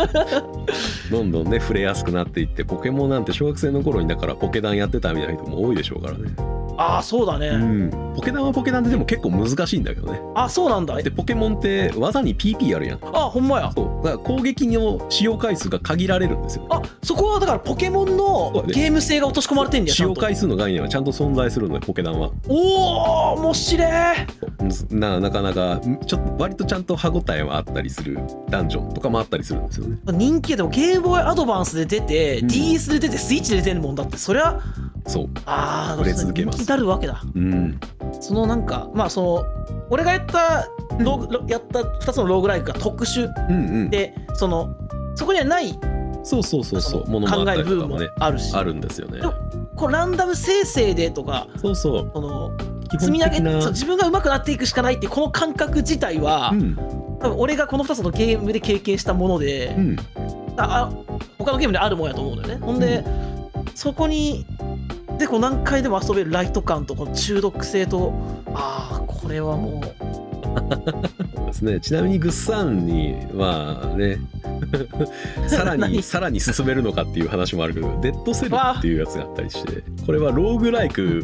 [SPEAKER 2] どんどんね触れやすくなっていってポケモンなんて小学生の頃にだからポケダンやってたみたいな人も多いでしょうからね
[SPEAKER 1] ああそうだね、
[SPEAKER 2] うん、ポケダンはポケダンででも結構難しいんだけどね
[SPEAKER 1] あそうなんだ
[SPEAKER 2] でポケモンって技に PP あるやん
[SPEAKER 1] あほんまや
[SPEAKER 2] そうだから攻撃の使用回数が限られるんですよ
[SPEAKER 1] あそこはだからポケモンのゲーム性が落とし込まれてんだよ
[SPEAKER 2] 使
[SPEAKER 1] ちゃん
[SPEAKER 2] 用
[SPEAKER 1] と
[SPEAKER 2] 回数の概念はちゃんと存在するのでポケダンは
[SPEAKER 1] おお面白え
[SPEAKER 2] そうななかなかんちょっと割とちゃんと歯応えはあったりするダンジョンとかもあったりするんですよね
[SPEAKER 1] 人気でもゲームボーイアドバンスで出て、
[SPEAKER 2] うん
[SPEAKER 1] DS で出てスイッチで出てるもんだってそりゃ
[SPEAKER 2] そう
[SPEAKER 1] ああ
[SPEAKER 2] 売れ続けます
[SPEAKER 1] 人気になるわけだ
[SPEAKER 2] うん
[SPEAKER 1] そのなんかまあその俺がやったローグロやった2つのローグライクが特殊
[SPEAKER 2] うんうん
[SPEAKER 1] でそのそこにはない
[SPEAKER 2] そうそうそうそう
[SPEAKER 1] その
[SPEAKER 2] ものもあっ
[SPEAKER 1] 考
[SPEAKER 2] た
[SPEAKER 1] える
[SPEAKER 2] り
[SPEAKER 1] 部
[SPEAKER 2] とか
[SPEAKER 1] 分
[SPEAKER 2] も
[SPEAKER 1] も
[SPEAKER 2] ね
[SPEAKER 1] あるし
[SPEAKER 2] あるんですよね
[SPEAKER 1] でもこうランダム生成でとか
[SPEAKER 2] そうそう
[SPEAKER 1] その
[SPEAKER 2] 基
[SPEAKER 1] 積
[SPEAKER 2] 本
[SPEAKER 1] み上
[SPEAKER 2] 的
[SPEAKER 1] げ
[SPEAKER 2] な
[SPEAKER 1] そう自分が上手くなっていくしかないっていうこの感覚自体は、
[SPEAKER 2] うん
[SPEAKER 1] 多分俺がこの2つのゲームで経験したもので、
[SPEAKER 2] うん
[SPEAKER 1] ああ他のゲームであるもんやと思うんだよねほんで、そこにでこう何回でも遊べるライト感とこの中毒性とああこれはもう
[SPEAKER 2] そうですねちなみにグッサンにはね [LAUGHS] さらに
[SPEAKER 1] 何
[SPEAKER 2] さらに進めるのかっていう話もあるけどデッドセルっていうやつがあったりしてこれはローグライク、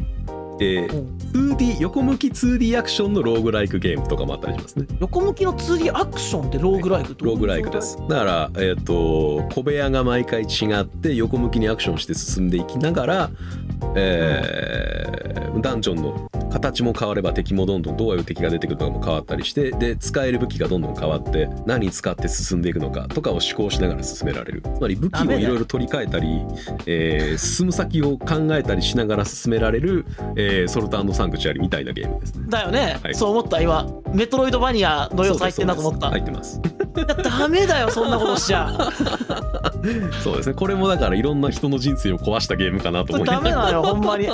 [SPEAKER 2] えー、
[SPEAKER 1] うん
[SPEAKER 2] 2D 横向き 2D アクションのローグライクゲームとかもあったりしますね
[SPEAKER 1] 横向きの 2D アクションってローグライクってこと
[SPEAKER 2] ローグライクですだから、えー、と小部屋が毎回違って横向きにアクションして進んでいきながら、えーダンジョンの形も変われば敵もどんどんどういう敵が出てくるのかも変わったりしてで使える武器がどんどん変わって何使って進んでいくのかとかを思考しながら進められるつまり武器をいろいろ取り替えたり、えー進む先を考えたりしながら進められる、えーソルトサンクチュアリみたいなゲームですね。
[SPEAKER 1] だよね、
[SPEAKER 2] はい
[SPEAKER 1] そう思った今メトロイドバニアの要素入ってんなと思った、
[SPEAKER 2] 入ってます
[SPEAKER 1] いやダメだよそんなことしち
[SPEAKER 2] [LAUGHS]
[SPEAKER 1] ゃ
[SPEAKER 2] そうですねこれもだからいろんな人の人生を壊したゲームかなと思い
[SPEAKER 1] ダ
[SPEAKER 2] なが
[SPEAKER 1] メ
[SPEAKER 2] ら
[SPEAKER 1] なのよほんまにも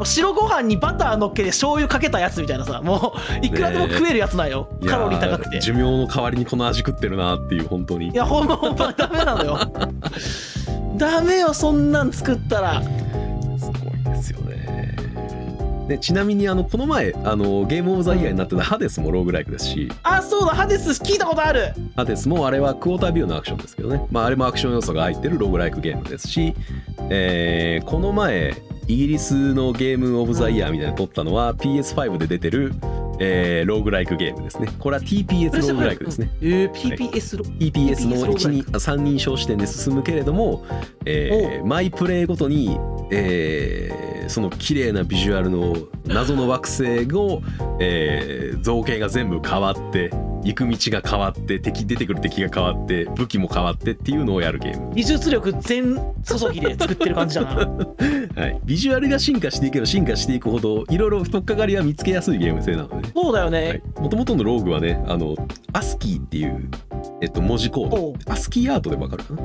[SPEAKER 1] う白ご飯にバターのっけて醤油かけたやつみたいなさもういくらでも食えるやつなんよ、
[SPEAKER 2] いや
[SPEAKER 1] カロリー高くて
[SPEAKER 2] 寿命の代わりにこの味食ってるなっていう本当に
[SPEAKER 1] いやほんまほんまダメなのよダメよそんなん作ったら
[SPEAKER 2] すごいですよねでちなみにあのこの前あのゲームオブザイヤーになってたハデスもローグライクですし
[SPEAKER 1] あそうだハデス聞いたことある
[SPEAKER 2] ハデスもあれはクォータービューのアクションですけどね、まあ、あれもアクション要素が入ってるローグライクゲームですし、えーこの前イギリスのゲームオブザイヤーみたいなの撮ったのは PS5 で出てる、えーローグライクゲームですねこれは TPS ローグライクですね
[SPEAKER 1] えー PPS ロ
[SPEAKER 2] TPS の
[SPEAKER 1] TPS ロー
[SPEAKER 2] 1
[SPEAKER 1] グライ
[SPEAKER 2] に3人称視点で進むけれども、えーマイプレイごとに、えーその綺麗なビジュアルの謎の惑星を、えー造形が全部変わって行く道が変わって敵出てくる敵が変わって武器も変わってっていうのをやるゲーム、
[SPEAKER 1] 技術力全注ぎで作ってる感じだな
[SPEAKER 2] はい、ビジュアルが進化していけば進化していくほどいろいろ取っかかりは見つけやすいゲーム性なので
[SPEAKER 1] そうだよね、
[SPEAKER 2] もともとのローグはねあのアスキーっていう、えっと、文字コード
[SPEAKER 1] おう
[SPEAKER 2] アスキーアートでわかるかな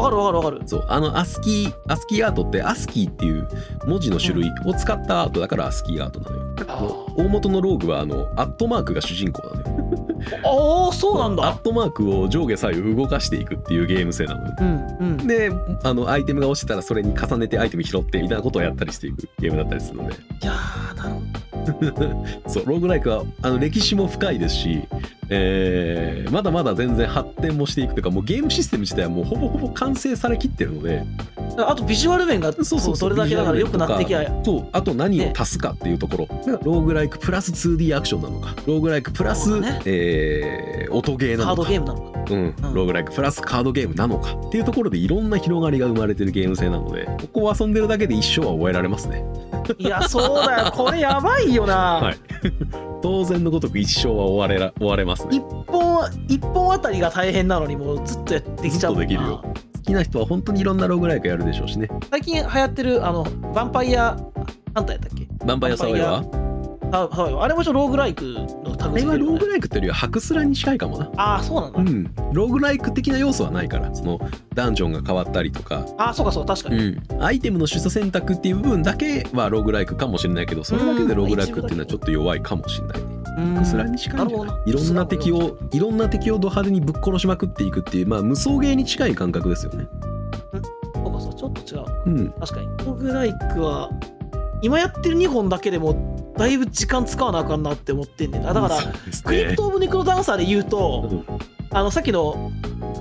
[SPEAKER 1] わかるわかるわかる
[SPEAKER 2] そうあのアスキーアスキーアートってアスキーっていう文字の種類を使ったアートだからアスキーアートなのよ
[SPEAKER 1] あー
[SPEAKER 2] 大元のローグはあのアットマークが主人公なのよ
[SPEAKER 1] あーそうなん
[SPEAKER 2] ア
[SPEAKER 1] だ
[SPEAKER 2] ットマークを上下左右動かしていくっていうゲーム性なのよ
[SPEAKER 1] うんうん
[SPEAKER 2] であのアイテムが落ちてたらそれに重ねてアイテム拾ってみたいなことをやったりしていくゲームだったりするので
[SPEAKER 1] いやーなるほど
[SPEAKER 2] そうローグライクはあの歴史も深いですし、えーまだまだ全然発展もしていくというかもうゲームシステム自体はもうほぼほぼ完成されきってるので
[SPEAKER 1] あとビジュアル面が
[SPEAKER 2] そうそう
[SPEAKER 1] れだけだから良くなってきゃ
[SPEAKER 2] ビジュアルとかそうあと何を足すかっていうところ、だからローグライクプラス 2D アクションなのかローグライクプラ
[SPEAKER 1] そ
[SPEAKER 2] ス、
[SPEAKER 1] うだね
[SPEAKER 2] えー音ゲーな
[SPEAKER 1] ハー
[SPEAKER 2] の
[SPEAKER 1] ド
[SPEAKER 2] か
[SPEAKER 1] ゲームなのか
[SPEAKER 2] うん、ローグライクプラスカードゲームなのかっていうところでいろんな広がりが生まれてるゲーム性なのでここを遊んでるだけで一生は終えられますね
[SPEAKER 1] いやそうだよ
[SPEAKER 2] [LAUGHS]
[SPEAKER 1] これやばいよな、
[SPEAKER 2] はい当然のごとく一生は終われら終われますね
[SPEAKER 1] 一本一本あたりが大変なのにもうずっとやってきちゃうもんな
[SPEAKER 2] ずっとできるよ好きな人は本当にいろんなローグライクやるでしょうしね
[SPEAKER 1] 最近流行ってるあのヴァンパイアハンターやったっけ
[SPEAKER 2] バンパイアサワイは
[SPEAKER 1] あはいあれもちょっとローグライクのタ
[SPEAKER 2] あ
[SPEAKER 1] グ
[SPEAKER 2] れ
[SPEAKER 1] 付けだ
[SPEAKER 2] はロ
[SPEAKER 1] よ
[SPEAKER 2] ー
[SPEAKER 1] ね
[SPEAKER 2] グライクっていうよりは白スラに近いかもな
[SPEAKER 1] ああそうなんだ、
[SPEAKER 2] うんローグライク的な要素はないからそのダンジョンが変わったりとか
[SPEAKER 1] ああそうかそう確か
[SPEAKER 2] う
[SPEAKER 1] に、
[SPEAKER 2] ん、アイテムの取捨選択っていう部分だけはローグライクかもしれないけどそれだけでローグライクっていうのはちょっと弱いかもしれないね
[SPEAKER 1] うん
[SPEAKER 2] クスラに近いんじゃ
[SPEAKER 1] なるほど
[SPEAKER 2] な
[SPEAKER 1] ない
[SPEAKER 2] いろんな敵をいろんな敵をド派手にぶっ殺しまくっていくっていうまあ無双ゲーに近い感覚ですよね
[SPEAKER 1] そうかそうちょっと違う
[SPEAKER 2] うん
[SPEAKER 1] 確かにローグライクは今やってる2本だけでもだいぶ時間使わなあかんなって思ってんねんなだから、
[SPEAKER 2] そうですね
[SPEAKER 1] クリプト・オブ・ネクロダンサーで言うと、
[SPEAKER 2] うん
[SPEAKER 1] あのさっきの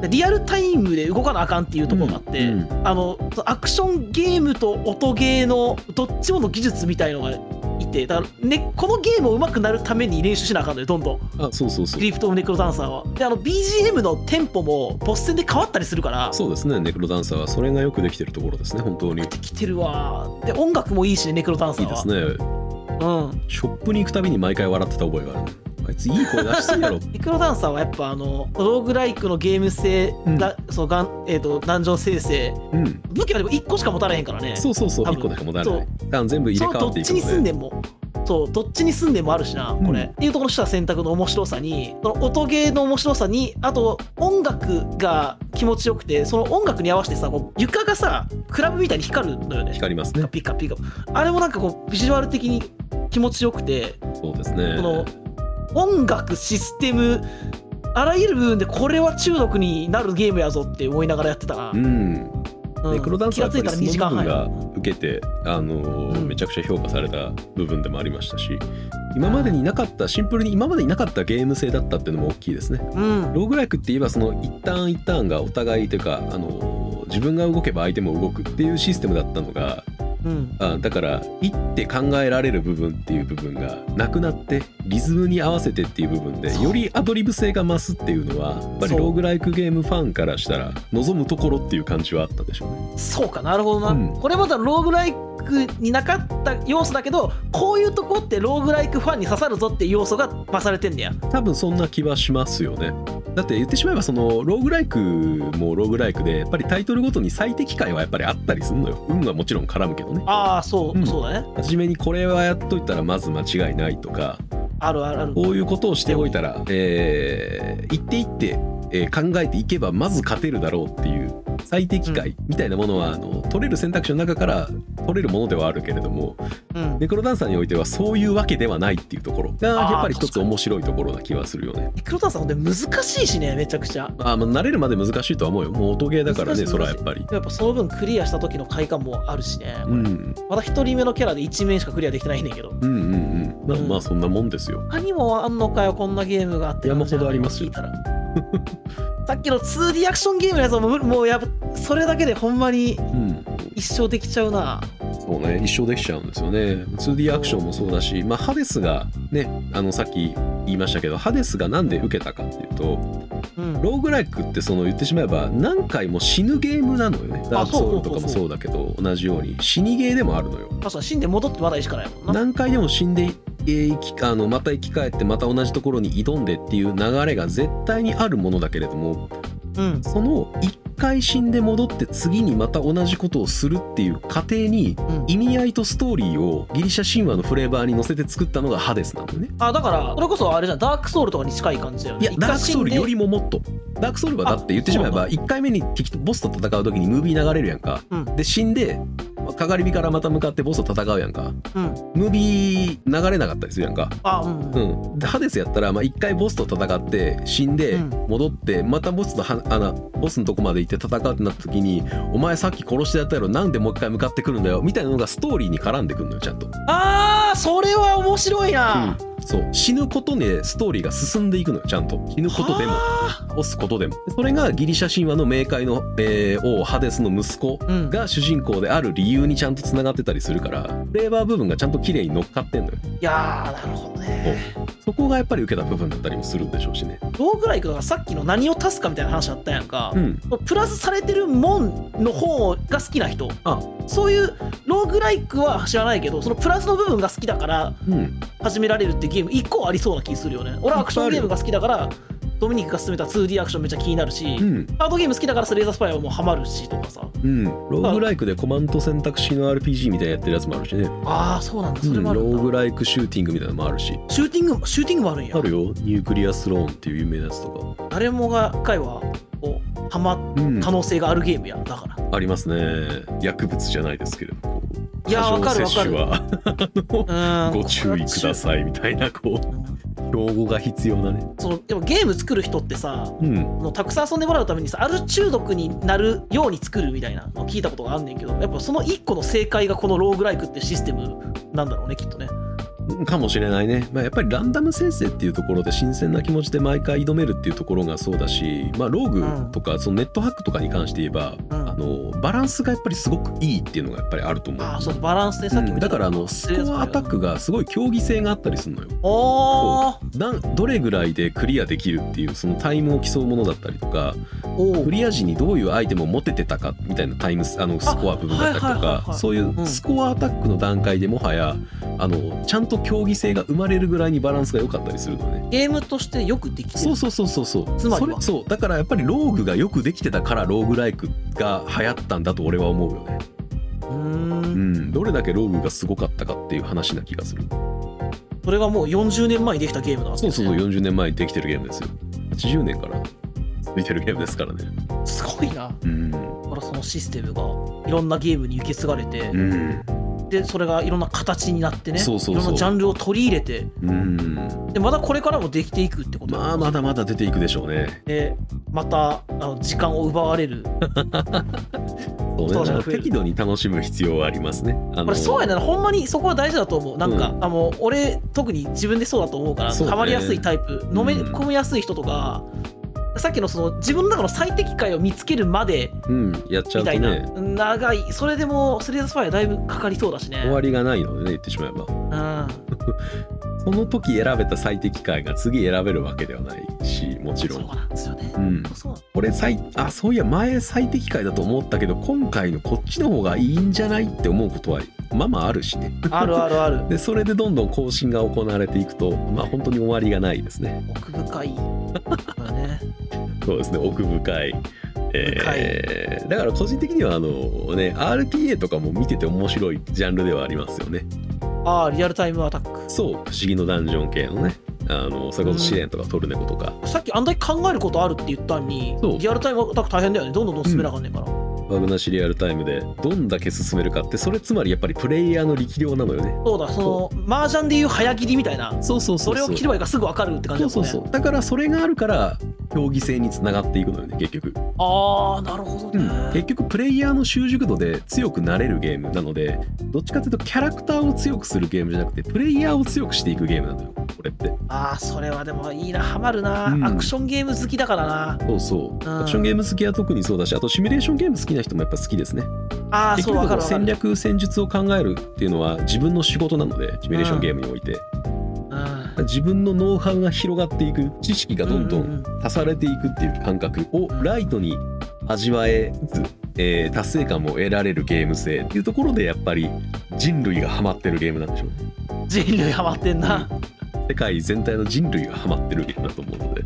[SPEAKER 1] リアルタイムで動かなあかんっていうところがあって、
[SPEAKER 2] うん
[SPEAKER 1] あのアクションゲームと音ゲーのどっちもの技術みたいのがいてだから、ね、このゲームを上手くなるために練習しなあかんのよどんどん
[SPEAKER 2] あそうそうそ
[SPEAKER 1] ク
[SPEAKER 2] う
[SPEAKER 1] リプト・オブ・ネクロダンサーはであの BGM のテンポもボス戦で変わったりするから
[SPEAKER 2] そうですねネクロダンサーはそれがよくできてるところですね本当にいい
[SPEAKER 1] できてるわで音楽もいいしねネクロダンサーは
[SPEAKER 2] ですね
[SPEAKER 1] うん
[SPEAKER 2] ショップに行くたびに毎回笑ってた覚えがあるあいついい声出しす [LAUGHS] ぎやろ
[SPEAKER 1] ネクロダンサーはやっぱあのローグライクのゲーム性、
[SPEAKER 2] うん
[SPEAKER 1] だそのガンえー、とダンジョン生成
[SPEAKER 2] うん
[SPEAKER 1] 武器はでも1個しか持たれへんからね
[SPEAKER 2] そうそうそう
[SPEAKER 1] 多分
[SPEAKER 2] 1個だけもだ
[SPEAKER 1] そ
[SPEAKER 2] ねあ全部入れ
[SPEAKER 1] そ
[SPEAKER 2] 替
[SPEAKER 1] の
[SPEAKER 2] わ
[SPEAKER 1] ど
[SPEAKER 2] って
[SPEAKER 1] っ
[SPEAKER 2] いく
[SPEAKER 1] ちに住ん
[SPEAKER 2] ので
[SPEAKER 1] でもそうどっちに住んでもあるしなこれ、
[SPEAKER 2] うん
[SPEAKER 1] っていうところのした選択の面白さにその音ゲーの面白さにあと音楽が気持ちよくてその音楽に合わせてさこう床がさクラブみたいに光るのよね
[SPEAKER 2] 光りますね
[SPEAKER 1] ピカピカあれもなんかこうビジュアル的に気持ちよくて
[SPEAKER 2] そうですね
[SPEAKER 1] この音楽システムあらゆる部分でこれは中毒になるゲームやぞって思いながらやってたな、
[SPEAKER 2] うん
[SPEAKER 1] うん
[SPEAKER 2] ネクロダンス
[SPEAKER 1] 気
[SPEAKER 2] は
[SPEAKER 1] が
[SPEAKER 2] や
[SPEAKER 1] つい
[SPEAKER 2] っ
[SPEAKER 1] た
[SPEAKER 2] ぱ
[SPEAKER 1] ら
[SPEAKER 2] り
[SPEAKER 1] 2時
[SPEAKER 2] その
[SPEAKER 1] 間
[SPEAKER 2] 部
[SPEAKER 1] 半
[SPEAKER 2] 分
[SPEAKER 1] や
[SPEAKER 2] が受けて、あのー
[SPEAKER 1] うん
[SPEAKER 2] めちゃくちゃ評価された部分でもありましたし今までになかったシンプルに今までになかったゲーム性だったっていうのも大きいですね。
[SPEAKER 1] うん
[SPEAKER 2] ローグライクって言えばその一ターン一ターンがお互いというか、あのー自分が動けば相手も動くっていうシステムだったのが
[SPEAKER 1] うん
[SPEAKER 2] あだから一って考えられる部分っていう部分がなくなってリズムに合わせてっていう部分で
[SPEAKER 1] そう
[SPEAKER 2] よりアドリブ性が増すっていうのはやっぱり
[SPEAKER 1] そう
[SPEAKER 2] ローグライクゲームファンからしたら望むところっていう感じはあったでしょうね。
[SPEAKER 1] そうかなるほどな、
[SPEAKER 2] うん
[SPEAKER 1] これまたローグライクになかった要素だけどこういうとこってローグライクファンに刺さるぞっていう要素が増されてんねや
[SPEAKER 2] 多分そんな気はしますよねだって言ってしまえばそのローグライクもローグライクでやっぱりタイトルごとに最適解はやっぱりあったりするのよ運はもちろん絡むけどね
[SPEAKER 1] ああそう、
[SPEAKER 2] うん
[SPEAKER 1] そうだね
[SPEAKER 2] 初めにこれはやっといたらまず間違いないとか
[SPEAKER 1] あるあるある
[SPEAKER 2] こういうことをしておいたらえー、言っていって、えー考えていけばまず勝てるだろうっていう最適解みたいなものは、あの取れる選択肢の中から取れるものではあるけれども
[SPEAKER 1] うん
[SPEAKER 2] ネクロダンサーにおいてはそういうわけではないっていうところがやっぱり一つ面白いところな気はするよね。
[SPEAKER 1] 黒田さんほんで難しいしねめちゃくちゃ
[SPEAKER 2] あまあ慣れるまで難しいとは思うよもう音ゲーだからね
[SPEAKER 1] 難しい
[SPEAKER 2] それはやっぱり
[SPEAKER 1] やっぱその分クリアした時の快感もあるしね、
[SPEAKER 2] うん
[SPEAKER 1] まだ1人目のキャラで1面しかクリアできてないねんけど
[SPEAKER 2] うんうんうんまあ、
[SPEAKER 1] うん
[SPEAKER 2] まあそんなもんですよ
[SPEAKER 1] 他にもあんのかよこんなゲームがあって
[SPEAKER 2] 山ほどあります
[SPEAKER 1] 聞
[SPEAKER 2] よ
[SPEAKER 1] いたらさっきの 2D アクションゲームのやつはもうもうやっぱそれだけでほんまに
[SPEAKER 2] うん
[SPEAKER 1] 一生できちゃうな
[SPEAKER 2] そうね一生できちゃうんですよね 2D アクションもそうだしまあハデスがねあのさっき言いましたけどハデスがなんで受けたかっていうと
[SPEAKER 1] うん
[SPEAKER 2] ローグライクってその言ってしまえば何回も死ぬゲームなのよねダークソウルとかもそうだけど同じように死にゲーでもあるのよ
[SPEAKER 1] 確かに死んで戻ってまだいいしかないもんな。
[SPEAKER 2] 何回でも死んでえー生きあのまた生き返ってまた同じところに挑んでっていう流れが絶対にあるものだけれども
[SPEAKER 1] うん。
[SPEAKER 2] その一回死んで戻って次にまた同じことをするっていう過程に
[SPEAKER 1] うん、
[SPEAKER 2] 意味合いとストーリーをギリシャ神話のフレーバーに乗せて作ったのがハデスなんだよね。
[SPEAKER 1] あだからそれこそあれじゃんダークソウルとかに近い感じだよ
[SPEAKER 2] い
[SPEAKER 1] ね。
[SPEAKER 2] やダークソウルより
[SPEAKER 1] も、
[SPEAKER 2] ももっとダークソウルはだって言ってしまえば
[SPEAKER 1] あ
[SPEAKER 2] 1回目に敵とボスと戦う時にムービー流れるやんか
[SPEAKER 1] うん
[SPEAKER 2] で死んでかがり火からまた向かってボスと戦うやんか
[SPEAKER 1] うん、
[SPEAKER 2] ムービー流れなかったりするやんか
[SPEAKER 1] あうん、
[SPEAKER 2] うん、でハデスやったら、まあ、1回ボスと戦って死んで
[SPEAKER 1] うん
[SPEAKER 2] 戻って、またボスとはあのボスのとこまで行って戦うってなった時に「お前さっき殺してやったやろなんでもう一回向かってくるんだよ」みたいなのがストーリーに絡んでくるのよちゃんと。
[SPEAKER 1] ああーそれは面白いな、
[SPEAKER 2] そう死ぬことねストーリーが進んでいくのよちゃんと死ぬことでも
[SPEAKER 1] は
[SPEAKER 2] 押すことでもそれがギリシャ神話の冥界の、えー王ハデスの息子
[SPEAKER 1] あうん
[SPEAKER 2] が主人公である理由にちゃんとつながってたりするからフレーバー部分がちゃんと綺麗に乗っかってんのよ
[SPEAKER 1] いやーなるほどね
[SPEAKER 2] そこがやっぱり受けた部分だったりもするんでしょうしね
[SPEAKER 1] どうぐらいかさっきの何を足すかみたいな話あったやんか、
[SPEAKER 2] うん
[SPEAKER 1] プラスされてるもんの方が好きな人
[SPEAKER 2] あ
[SPEAKER 1] そういうローグライクは知らないけどそのプラスの部分が好きだから
[SPEAKER 2] うん
[SPEAKER 1] 始められるっていうゲーム1個はありそうな気するよね俺はアクションゲームが好きだからドミニクが進めた 2D アクションめっちゃ気になるし、
[SPEAKER 2] うん
[SPEAKER 1] カードゲーム好きだからレーザースパイはもうハマるしとかさ
[SPEAKER 2] うんローグライクでコマンド選択式の RPG みたいなやってるやつもあるしね
[SPEAKER 1] ああそうなんだそれ
[SPEAKER 2] うん
[SPEAKER 1] も
[SPEAKER 2] ロ
[SPEAKER 1] あるんだ、
[SPEAKER 2] ーグライクシューティングみたいなのもあるし
[SPEAKER 1] シューティングシューティングもあるんや
[SPEAKER 2] あるよニュークリアスローンっていう有名なやつとか
[SPEAKER 1] 誰もが一回はこうハマっ
[SPEAKER 2] うん
[SPEAKER 1] 可能性があるゲームやだから
[SPEAKER 2] ありますね薬物じゃないですけれどもこう
[SPEAKER 1] いやー
[SPEAKER 2] 過剰摂取
[SPEAKER 1] わ
[SPEAKER 2] は
[SPEAKER 1] うーん
[SPEAKER 2] ご注意くだ
[SPEAKER 1] い
[SPEAKER 2] さいみたいなこ
[SPEAKER 1] うん
[SPEAKER 2] う標語が必要なね
[SPEAKER 1] そのでもゲーム作る人ってさ
[SPEAKER 2] うん
[SPEAKER 1] もうたくさん遊んでもらうためにさある中毒になるように作るみたいなのを聞いたことがあんねんけどやっぱその1個の正解がこのローグライクってシステムなんだろうねきっとね
[SPEAKER 2] かもしれないね、まあ、やっぱりランダム生成っていうところで新鮮な気持ちで毎回挑めるっていうところがそうだし、まあ、ローグとかそのネットハックとかに関して言えば、
[SPEAKER 1] うん
[SPEAKER 2] あのバランスがやっぱりすごくいいっていうのがやっぱりあると思う。
[SPEAKER 1] ああそうバランスでさっき
[SPEAKER 2] う
[SPEAKER 1] も言
[SPEAKER 2] んだ
[SPEAKER 1] った
[SPEAKER 2] からあのスコアアタックがすごい競技性があったりするのよ
[SPEAKER 1] おー
[SPEAKER 2] なんどれぐらいでクリアできるっていうそのタイムを競うものだったりとか
[SPEAKER 1] お
[SPEAKER 2] ク
[SPEAKER 1] ー
[SPEAKER 2] リア時にどういうアイテムを持ててたかみたいなタイムスあのスコア部分だっ
[SPEAKER 1] はい
[SPEAKER 2] たりと
[SPEAKER 1] はいはいは
[SPEAKER 2] か
[SPEAKER 1] い
[SPEAKER 2] そういううんスコアアタックの段階でもはやあのちゃんと競技性が生まれるぐらいにバランスが良かったりするのね。
[SPEAKER 1] ゲームとしてよくできて
[SPEAKER 2] そ
[SPEAKER 1] る
[SPEAKER 2] うそうそうそうそう
[SPEAKER 1] つまり
[SPEAKER 2] それ
[SPEAKER 1] は
[SPEAKER 2] そうだからやっぱりローグがよくできてたからローグライクが流行ったんだと俺は思うよね
[SPEAKER 1] うー
[SPEAKER 2] うんんどれだけローグがすごかったかっていう話な気がする
[SPEAKER 1] それがもう40年前にできたゲームだわけ
[SPEAKER 2] そう
[SPEAKER 1] です
[SPEAKER 2] そ
[SPEAKER 1] ね
[SPEAKER 2] うそう40年前にできてるゲームですよ80年から続いてるゲームですからね
[SPEAKER 1] すごいな
[SPEAKER 2] うん
[SPEAKER 1] だからそのシステムがいろんなゲームに受け継がれて、
[SPEAKER 2] うん
[SPEAKER 1] でそれがいろんな形になってね
[SPEAKER 2] そうそうそう
[SPEAKER 1] ろんなジャンルを取り入れて
[SPEAKER 2] うん
[SPEAKER 1] でまだこれからもできていくってこと
[SPEAKER 2] まあまだまだ出ていくでしょうね
[SPEAKER 1] でまたあの時間を奪われるそう
[SPEAKER 2] そうねだ
[SPEAKER 1] そう
[SPEAKER 2] から適度に楽しむ必要はありますねあの
[SPEAKER 1] これそうやねほんまにそこは大事だと思うなんか、
[SPEAKER 2] う
[SPEAKER 1] あの俺特に自分でそうだと思うから
[SPEAKER 2] そうね
[SPEAKER 1] ハマりやすいタイプ
[SPEAKER 2] ん
[SPEAKER 1] 飲め込みやすい人とか、さっきのその自分の中の最適解を見つけるまで
[SPEAKER 2] うんやっち
[SPEAKER 1] み
[SPEAKER 2] ゃう
[SPEAKER 1] た
[SPEAKER 2] と
[SPEAKER 1] いな、
[SPEAKER 2] ね
[SPEAKER 1] 長いそれでもスレーザースパイはだいぶかかりそうだしね
[SPEAKER 2] 終わりがないのでね言ってしまえば
[SPEAKER 1] うん
[SPEAKER 2] その時選べた最適解が次選べるわけではないしもちろ
[SPEAKER 1] そうんなんですよね、
[SPEAKER 2] うん
[SPEAKER 1] そう
[SPEAKER 2] [LAUGHS] 俺最あそういや前最適解だと思ったけど今回のこっちの方がいいんじゃないって思うことはまあまああるしね
[SPEAKER 1] あるあるある
[SPEAKER 2] でそれでどんどん更新が行われていくとまあ本当に終わりがないですね
[SPEAKER 1] 奥深いこれね
[SPEAKER 2] そうですね奥深いえーだから個人的にはあのね RTA とかも見てて面白いジャンルではありますよね
[SPEAKER 1] ああリアルタイムアタック
[SPEAKER 2] そう不思議のダンジョン系のねあのそれこそ試練とかトルネコとか、
[SPEAKER 1] さっきあんだけ考えることあるって言ったのに
[SPEAKER 2] そう
[SPEAKER 1] リアルタイムアタック大変だよねどんどんどん進めなあかんねんから、
[SPEAKER 2] バグなしリアルタイムでどんだけ進めるかってそれつまりやっぱりプレイヤーの力量なのよね
[SPEAKER 1] そうだその麻雀でいう早切りみたいな
[SPEAKER 2] そうそうそ
[SPEAKER 1] そうれを切ればいいからすぐ分かるって感じだ
[SPEAKER 2] そう
[SPEAKER 1] も
[SPEAKER 2] そ
[SPEAKER 1] ん
[SPEAKER 2] う
[SPEAKER 1] ね
[SPEAKER 2] そうだからそれがあるから競技性につながっていくのよね結局、
[SPEAKER 1] ああなるほど
[SPEAKER 2] うん
[SPEAKER 1] ね
[SPEAKER 2] 結、局プレイヤーの習熟度で強くなれるゲームなのでどっちかというとキャラクターを強くするゲームじゃなくてプレイヤーを強くしていくゲームなのよこれって
[SPEAKER 1] ああそれはでもいいなハマるな、
[SPEAKER 2] うん
[SPEAKER 1] アクションゲーム好きだからな
[SPEAKER 2] そうそう
[SPEAKER 1] うん
[SPEAKER 2] アクションゲーム好きは特にそうだしあとシミュレーションゲーム好きな人もやっぱ好きですね
[SPEAKER 1] ああ
[SPEAKER 2] 結
[SPEAKER 1] そう分
[SPEAKER 2] 局
[SPEAKER 1] かる分
[SPEAKER 2] こう
[SPEAKER 1] か
[SPEAKER 2] 戦
[SPEAKER 1] る、
[SPEAKER 2] 略戦術を考えるっていうのは自分の仕事なのでシミュレーションゲームにおいて
[SPEAKER 1] うん
[SPEAKER 2] 自分のノウハウが広がっていく知識がどんど
[SPEAKER 1] うんんうん
[SPEAKER 2] 足されていくっていう感覚をライトに味わえつつ、えー達成感も得られるゲーム性っていうところでやっぱり人類がハマってるゲームなんでしょうね
[SPEAKER 1] うん人類ハマってんな、
[SPEAKER 2] 世界全体の人類がハマってるゲームだと思うので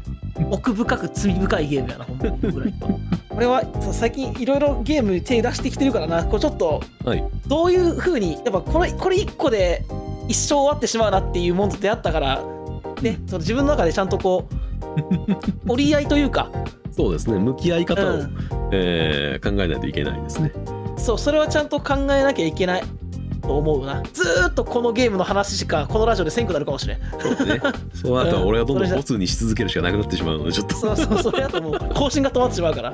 [SPEAKER 1] 奥深く罪深いゲームやなほんまに僕ら今俺はさ最近いろいろゲームに手出してきてるからなこうちょっと、
[SPEAKER 2] はい
[SPEAKER 1] どういうふうにやっぱこれこれ一個で一生終わってしまうなっていうものと出会ったからねその自分の中でちゃんとこ [LAUGHS] う折り合いというか、
[SPEAKER 2] そうですね向き合い方を、
[SPEAKER 1] うん
[SPEAKER 2] えー考えないといけないですね
[SPEAKER 1] そうそれはちゃんと考えなきゃいけないと思うなずーっとこのゲームの話しかこのラジオでせんくなるかもしれん
[SPEAKER 2] そうね。その後は俺がどんどんボツにし続けるしかなくなってしまうので、ちょっと。
[SPEAKER 1] そうそうそれやともう更新が止まってしまうから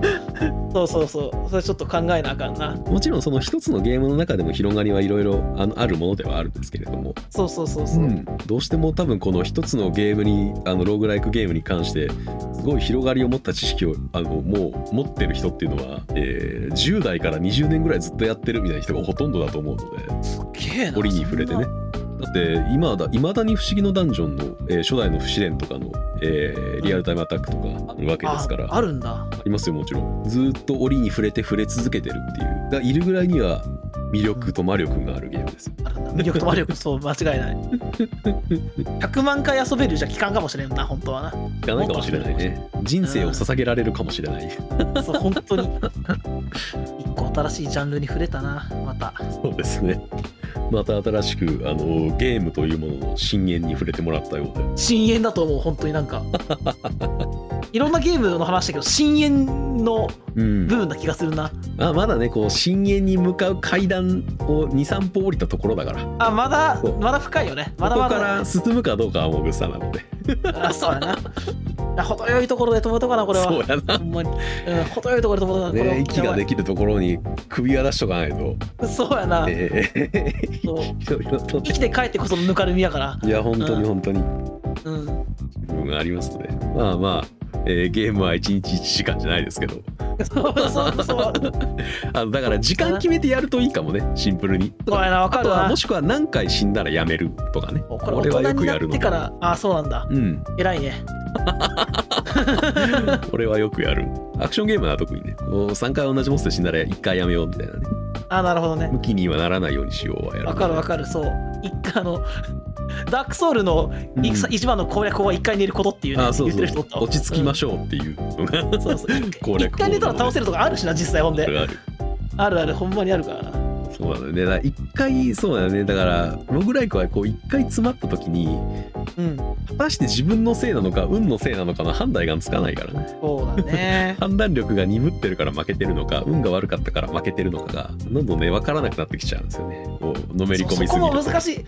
[SPEAKER 1] そうそうそうそれちょっと考えなあかんな
[SPEAKER 2] もちろんその一つのゲームの中でも広がりはいろいろあのあるものではあるんですけれども、
[SPEAKER 1] そうそうそうそう、
[SPEAKER 2] どうしても多分この一つのゲームにあのローグライクゲームに関してすごい広がりを持った知識をあのもう持ってる人っていうのは、えー10代から20年ぐらいずっとやってるみたいな人がほとんどだと思うので。
[SPEAKER 1] すっげえな
[SPEAKER 2] 折に触れてねだって今だ未だに「不思議のダンジョンの」えー初代の不試練とかの、えーリアルタイムアタックとかあるわけ
[SPEAKER 1] そんな
[SPEAKER 2] ですから
[SPEAKER 1] ああるんだ
[SPEAKER 2] ありますよもちろんずーっと折に触れて触れ続けてるっていうがいるぐらいには魅力と魔力があるゲームですよ
[SPEAKER 1] あるんだ魅力と魔力そう間違い
[SPEAKER 2] [LAUGHS]
[SPEAKER 1] ない100万回遊べるじゃ期間かもしれんな本当はな
[SPEAKER 2] 聞かないかもしれないね人生を捧げられるかもしれない
[SPEAKER 1] そう本当に一個新しいジャンルに触れたなまた
[SPEAKER 2] そうですねまた新しくあのゲームというものの深淵に触れてもらったようで
[SPEAKER 1] 深淵だと思う本当になんかいろんなゲームの話だけど深淵の
[SPEAKER 2] うん
[SPEAKER 1] 部分な気がするな
[SPEAKER 2] まあまだねこう深淵に向かう階段を23歩降りたところだから
[SPEAKER 1] あまだ
[SPEAKER 2] そう
[SPEAKER 1] まだ深いよねまだ
[SPEAKER 2] こ
[SPEAKER 1] ま
[SPEAKER 2] こか
[SPEAKER 1] だ
[SPEAKER 2] ら進むかどうかはもうぐさなので
[SPEAKER 1] あそうやないや程よいところで止めとかなこれは
[SPEAKER 2] そうやな
[SPEAKER 1] ほんまに、うん、程よいところで止めとかなこれは
[SPEAKER 2] ね息ができるところに首輪出しとかないと、
[SPEAKER 1] そうやな、
[SPEAKER 2] ええ
[SPEAKER 1] そう
[SPEAKER 2] いろいろと
[SPEAKER 1] 生きて帰ってこそのぬかるみやから
[SPEAKER 2] いや本当
[SPEAKER 1] う
[SPEAKER 2] に
[SPEAKER 1] ん
[SPEAKER 2] 本当に
[SPEAKER 1] うん
[SPEAKER 2] 部分がありますねまあまあ、えーゲームは1日1時間じゃないですけど
[SPEAKER 1] そうそうそう
[SPEAKER 2] あのだから時間決めてやるといいかもねシンプルに
[SPEAKER 1] そうやなわか
[SPEAKER 2] あと
[SPEAKER 1] る
[SPEAKER 2] は
[SPEAKER 1] な
[SPEAKER 2] もしくは何回死んだらやめるとかね
[SPEAKER 1] これ大人になってからあそうなんだ
[SPEAKER 2] うん
[SPEAKER 1] 偉いね
[SPEAKER 2] 俺はよくやるアクションゲームは特にねこう3回同じボスで死んだら1回やめようみたいなね
[SPEAKER 1] あなるほどね
[SPEAKER 2] 向きにはならないようにしようはやる
[SPEAKER 1] わかるわかるそう一回あの [LAUGHS] ダークソウルのい
[SPEAKER 2] うん
[SPEAKER 1] さ一番の攻略法は一回寝ることっていうね
[SPEAKER 2] あそう
[SPEAKER 1] 言っ
[SPEAKER 2] そ
[SPEAKER 1] て
[SPEAKER 2] う
[SPEAKER 1] る人おったわ
[SPEAKER 2] 落ち着きましょうっていうのが、
[SPEAKER 1] うん [LAUGHS] そうそう
[SPEAKER 2] 攻
[SPEAKER 1] 一
[SPEAKER 2] 略法
[SPEAKER 1] 回寝たら倒せるとかあるしな実際ほん
[SPEAKER 2] あ
[SPEAKER 1] で
[SPEAKER 2] るある
[SPEAKER 1] あるあるほんまにあるからな
[SPEAKER 2] そうなんだよねだから一回そうだよねだからログライクはこう一回詰まった時に
[SPEAKER 1] うん
[SPEAKER 2] 果たして自分のせいなのか運のせいなのかの判断がつかないからね
[SPEAKER 1] そうだ
[SPEAKER 2] [LAUGHS]
[SPEAKER 1] ね
[SPEAKER 2] 判断力が鈍ってるから負けてるのか運が悪かったから負けてるのかがどんどんね分からなくなってきちゃうんですよねこうのめり込み
[SPEAKER 1] そ
[SPEAKER 2] す
[SPEAKER 1] そ
[SPEAKER 2] ぎ
[SPEAKER 1] こも
[SPEAKER 2] ると
[SPEAKER 1] 難しい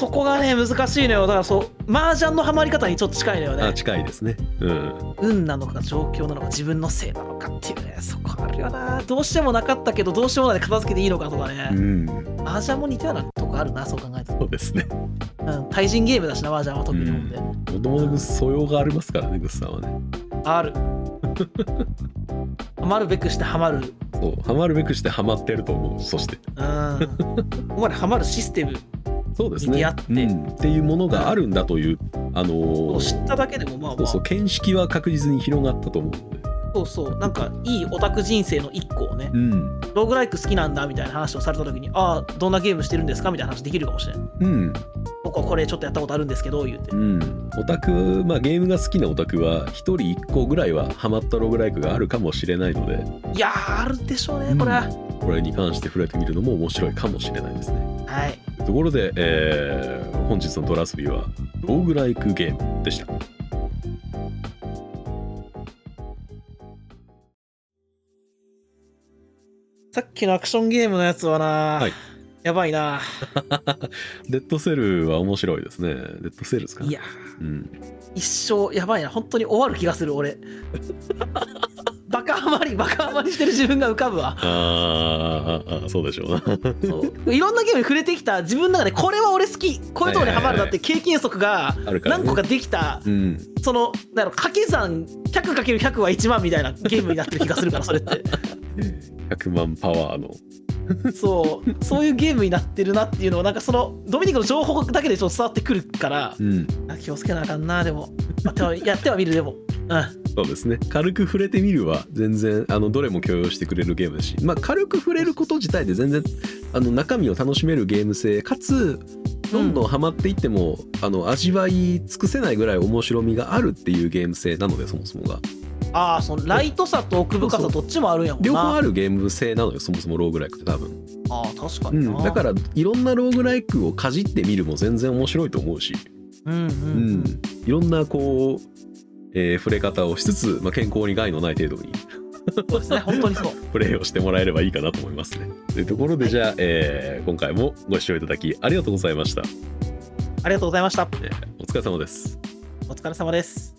[SPEAKER 1] そこがね難しいのよだからそう麻雀のハマり方にちょっと近いのよ
[SPEAKER 2] あ
[SPEAKER 1] ね
[SPEAKER 2] 近いですねうん
[SPEAKER 1] 運なのか状況なのか自分のせいなのかっていうねそこあるよなどうしてもなかったけどどうしてもないで片付けていいのかとか
[SPEAKER 2] う
[SPEAKER 1] ね
[SPEAKER 2] ん
[SPEAKER 1] 麻雀も似たようなとこあるなそう考えた
[SPEAKER 2] そうですね
[SPEAKER 1] らうん対人ゲームだしな麻雀は特にほんで、
[SPEAKER 2] もともと素養がありますからねグッズさんはね
[SPEAKER 1] あ
[SPEAKER 2] [LAUGHS]
[SPEAKER 1] るハマるべくしてハマるうん
[SPEAKER 2] そうハマるべくしてハマってると思うそして [LAUGHS]
[SPEAKER 1] ここまでハマるシステム
[SPEAKER 2] そうですね。
[SPEAKER 1] 似て合って
[SPEAKER 2] うんっていうものがあるんだという、あのー
[SPEAKER 1] を知っただけでもまあ
[SPEAKER 2] そ
[SPEAKER 1] ま
[SPEAKER 2] う
[SPEAKER 1] あ
[SPEAKER 2] そう見識は確実に広がったと思うので。
[SPEAKER 1] そうそうなんかいいオタク人生の一個をね
[SPEAKER 2] うん
[SPEAKER 1] ローグライク好きなんだみたいな話をされた時にああどんなゲームしてるんですかみたいな話できるかもしれない
[SPEAKER 2] うん
[SPEAKER 1] 僕はこれちょっとやったことあるんですけど言うて
[SPEAKER 2] うん、オタク、まあ、ゲームが好きなオタクは1人1個ぐらいはハマったログライクがあるかもしれないので
[SPEAKER 1] いやーあるでしょうねこれは、
[SPEAKER 2] これに関して触れてみるのも面白いかもしれないですね。
[SPEAKER 1] はい
[SPEAKER 2] ところで、えー本日の「ドラ遊び」はローグライクゲームでした。
[SPEAKER 1] さっきのアクションゲームのやつはな、
[SPEAKER 2] はい
[SPEAKER 1] やばいな
[SPEAKER 2] デッドセルは面白いですね。デッドセルですか
[SPEAKER 1] いや
[SPEAKER 2] うん、
[SPEAKER 1] 一生やばいな本当に終わる気がする [LAUGHS] 俺バカハマりバカハマりしてる自分が浮かぶわ
[SPEAKER 2] あーあーあーそうでしょ
[SPEAKER 1] [LAUGHS]
[SPEAKER 2] うな。
[SPEAKER 1] そういろんなゲームに触れてきた自分の中でこれは俺好きこういうところにハマるなって経験則が
[SPEAKER 2] あるから、
[SPEAKER 1] 何
[SPEAKER 2] ね、
[SPEAKER 1] 個かできた
[SPEAKER 2] うん、
[SPEAKER 1] そのなんやろ掛け算 100×100 は1万みたいなゲームになってる気がするからそれって
[SPEAKER 2] 100万パワーの
[SPEAKER 1] そうそういうゲームになってるなっていうのをなんかそのドミニクの情報だけでちょっと伝わってくるから
[SPEAKER 2] うん
[SPEAKER 1] あ気をつけなあかんなでも、まあでもやってはみるでもう
[SPEAKER 2] そうですね軽く触れてみるは全然あのどれも許容してくれるゲームだし、まあ、軽く触れること自体で全然あの中身を楽しめるゲーム性かつどんどんハマっていっても、あの味わい尽くせないぐらい面白みがあるっていうゲーム性なのでそもそもが
[SPEAKER 1] んああそのライトさと奥深さどっちもあるんやもんな
[SPEAKER 2] 両方あるゲーム性なのよそもそもローグライクって多分、
[SPEAKER 1] あー確か
[SPEAKER 2] う
[SPEAKER 1] にな、
[SPEAKER 2] ん、だからいろんなローグライクをかじってみるも全然面白いと思うし
[SPEAKER 1] うんうん、う
[SPEAKER 2] うんん、いろんなこう、えー触れ方をしつつ、まあ、健康に害のない程度に [LAUGHS]
[SPEAKER 1] そうですね、本当にそう。
[SPEAKER 2] プレイをしてもらえればいいかなと思いますね。というところでじゃあ、えー今回もご視聴いただきありがとうございました。
[SPEAKER 1] ありがとうございました。
[SPEAKER 2] えーお疲れ様です。
[SPEAKER 1] お疲れ様です。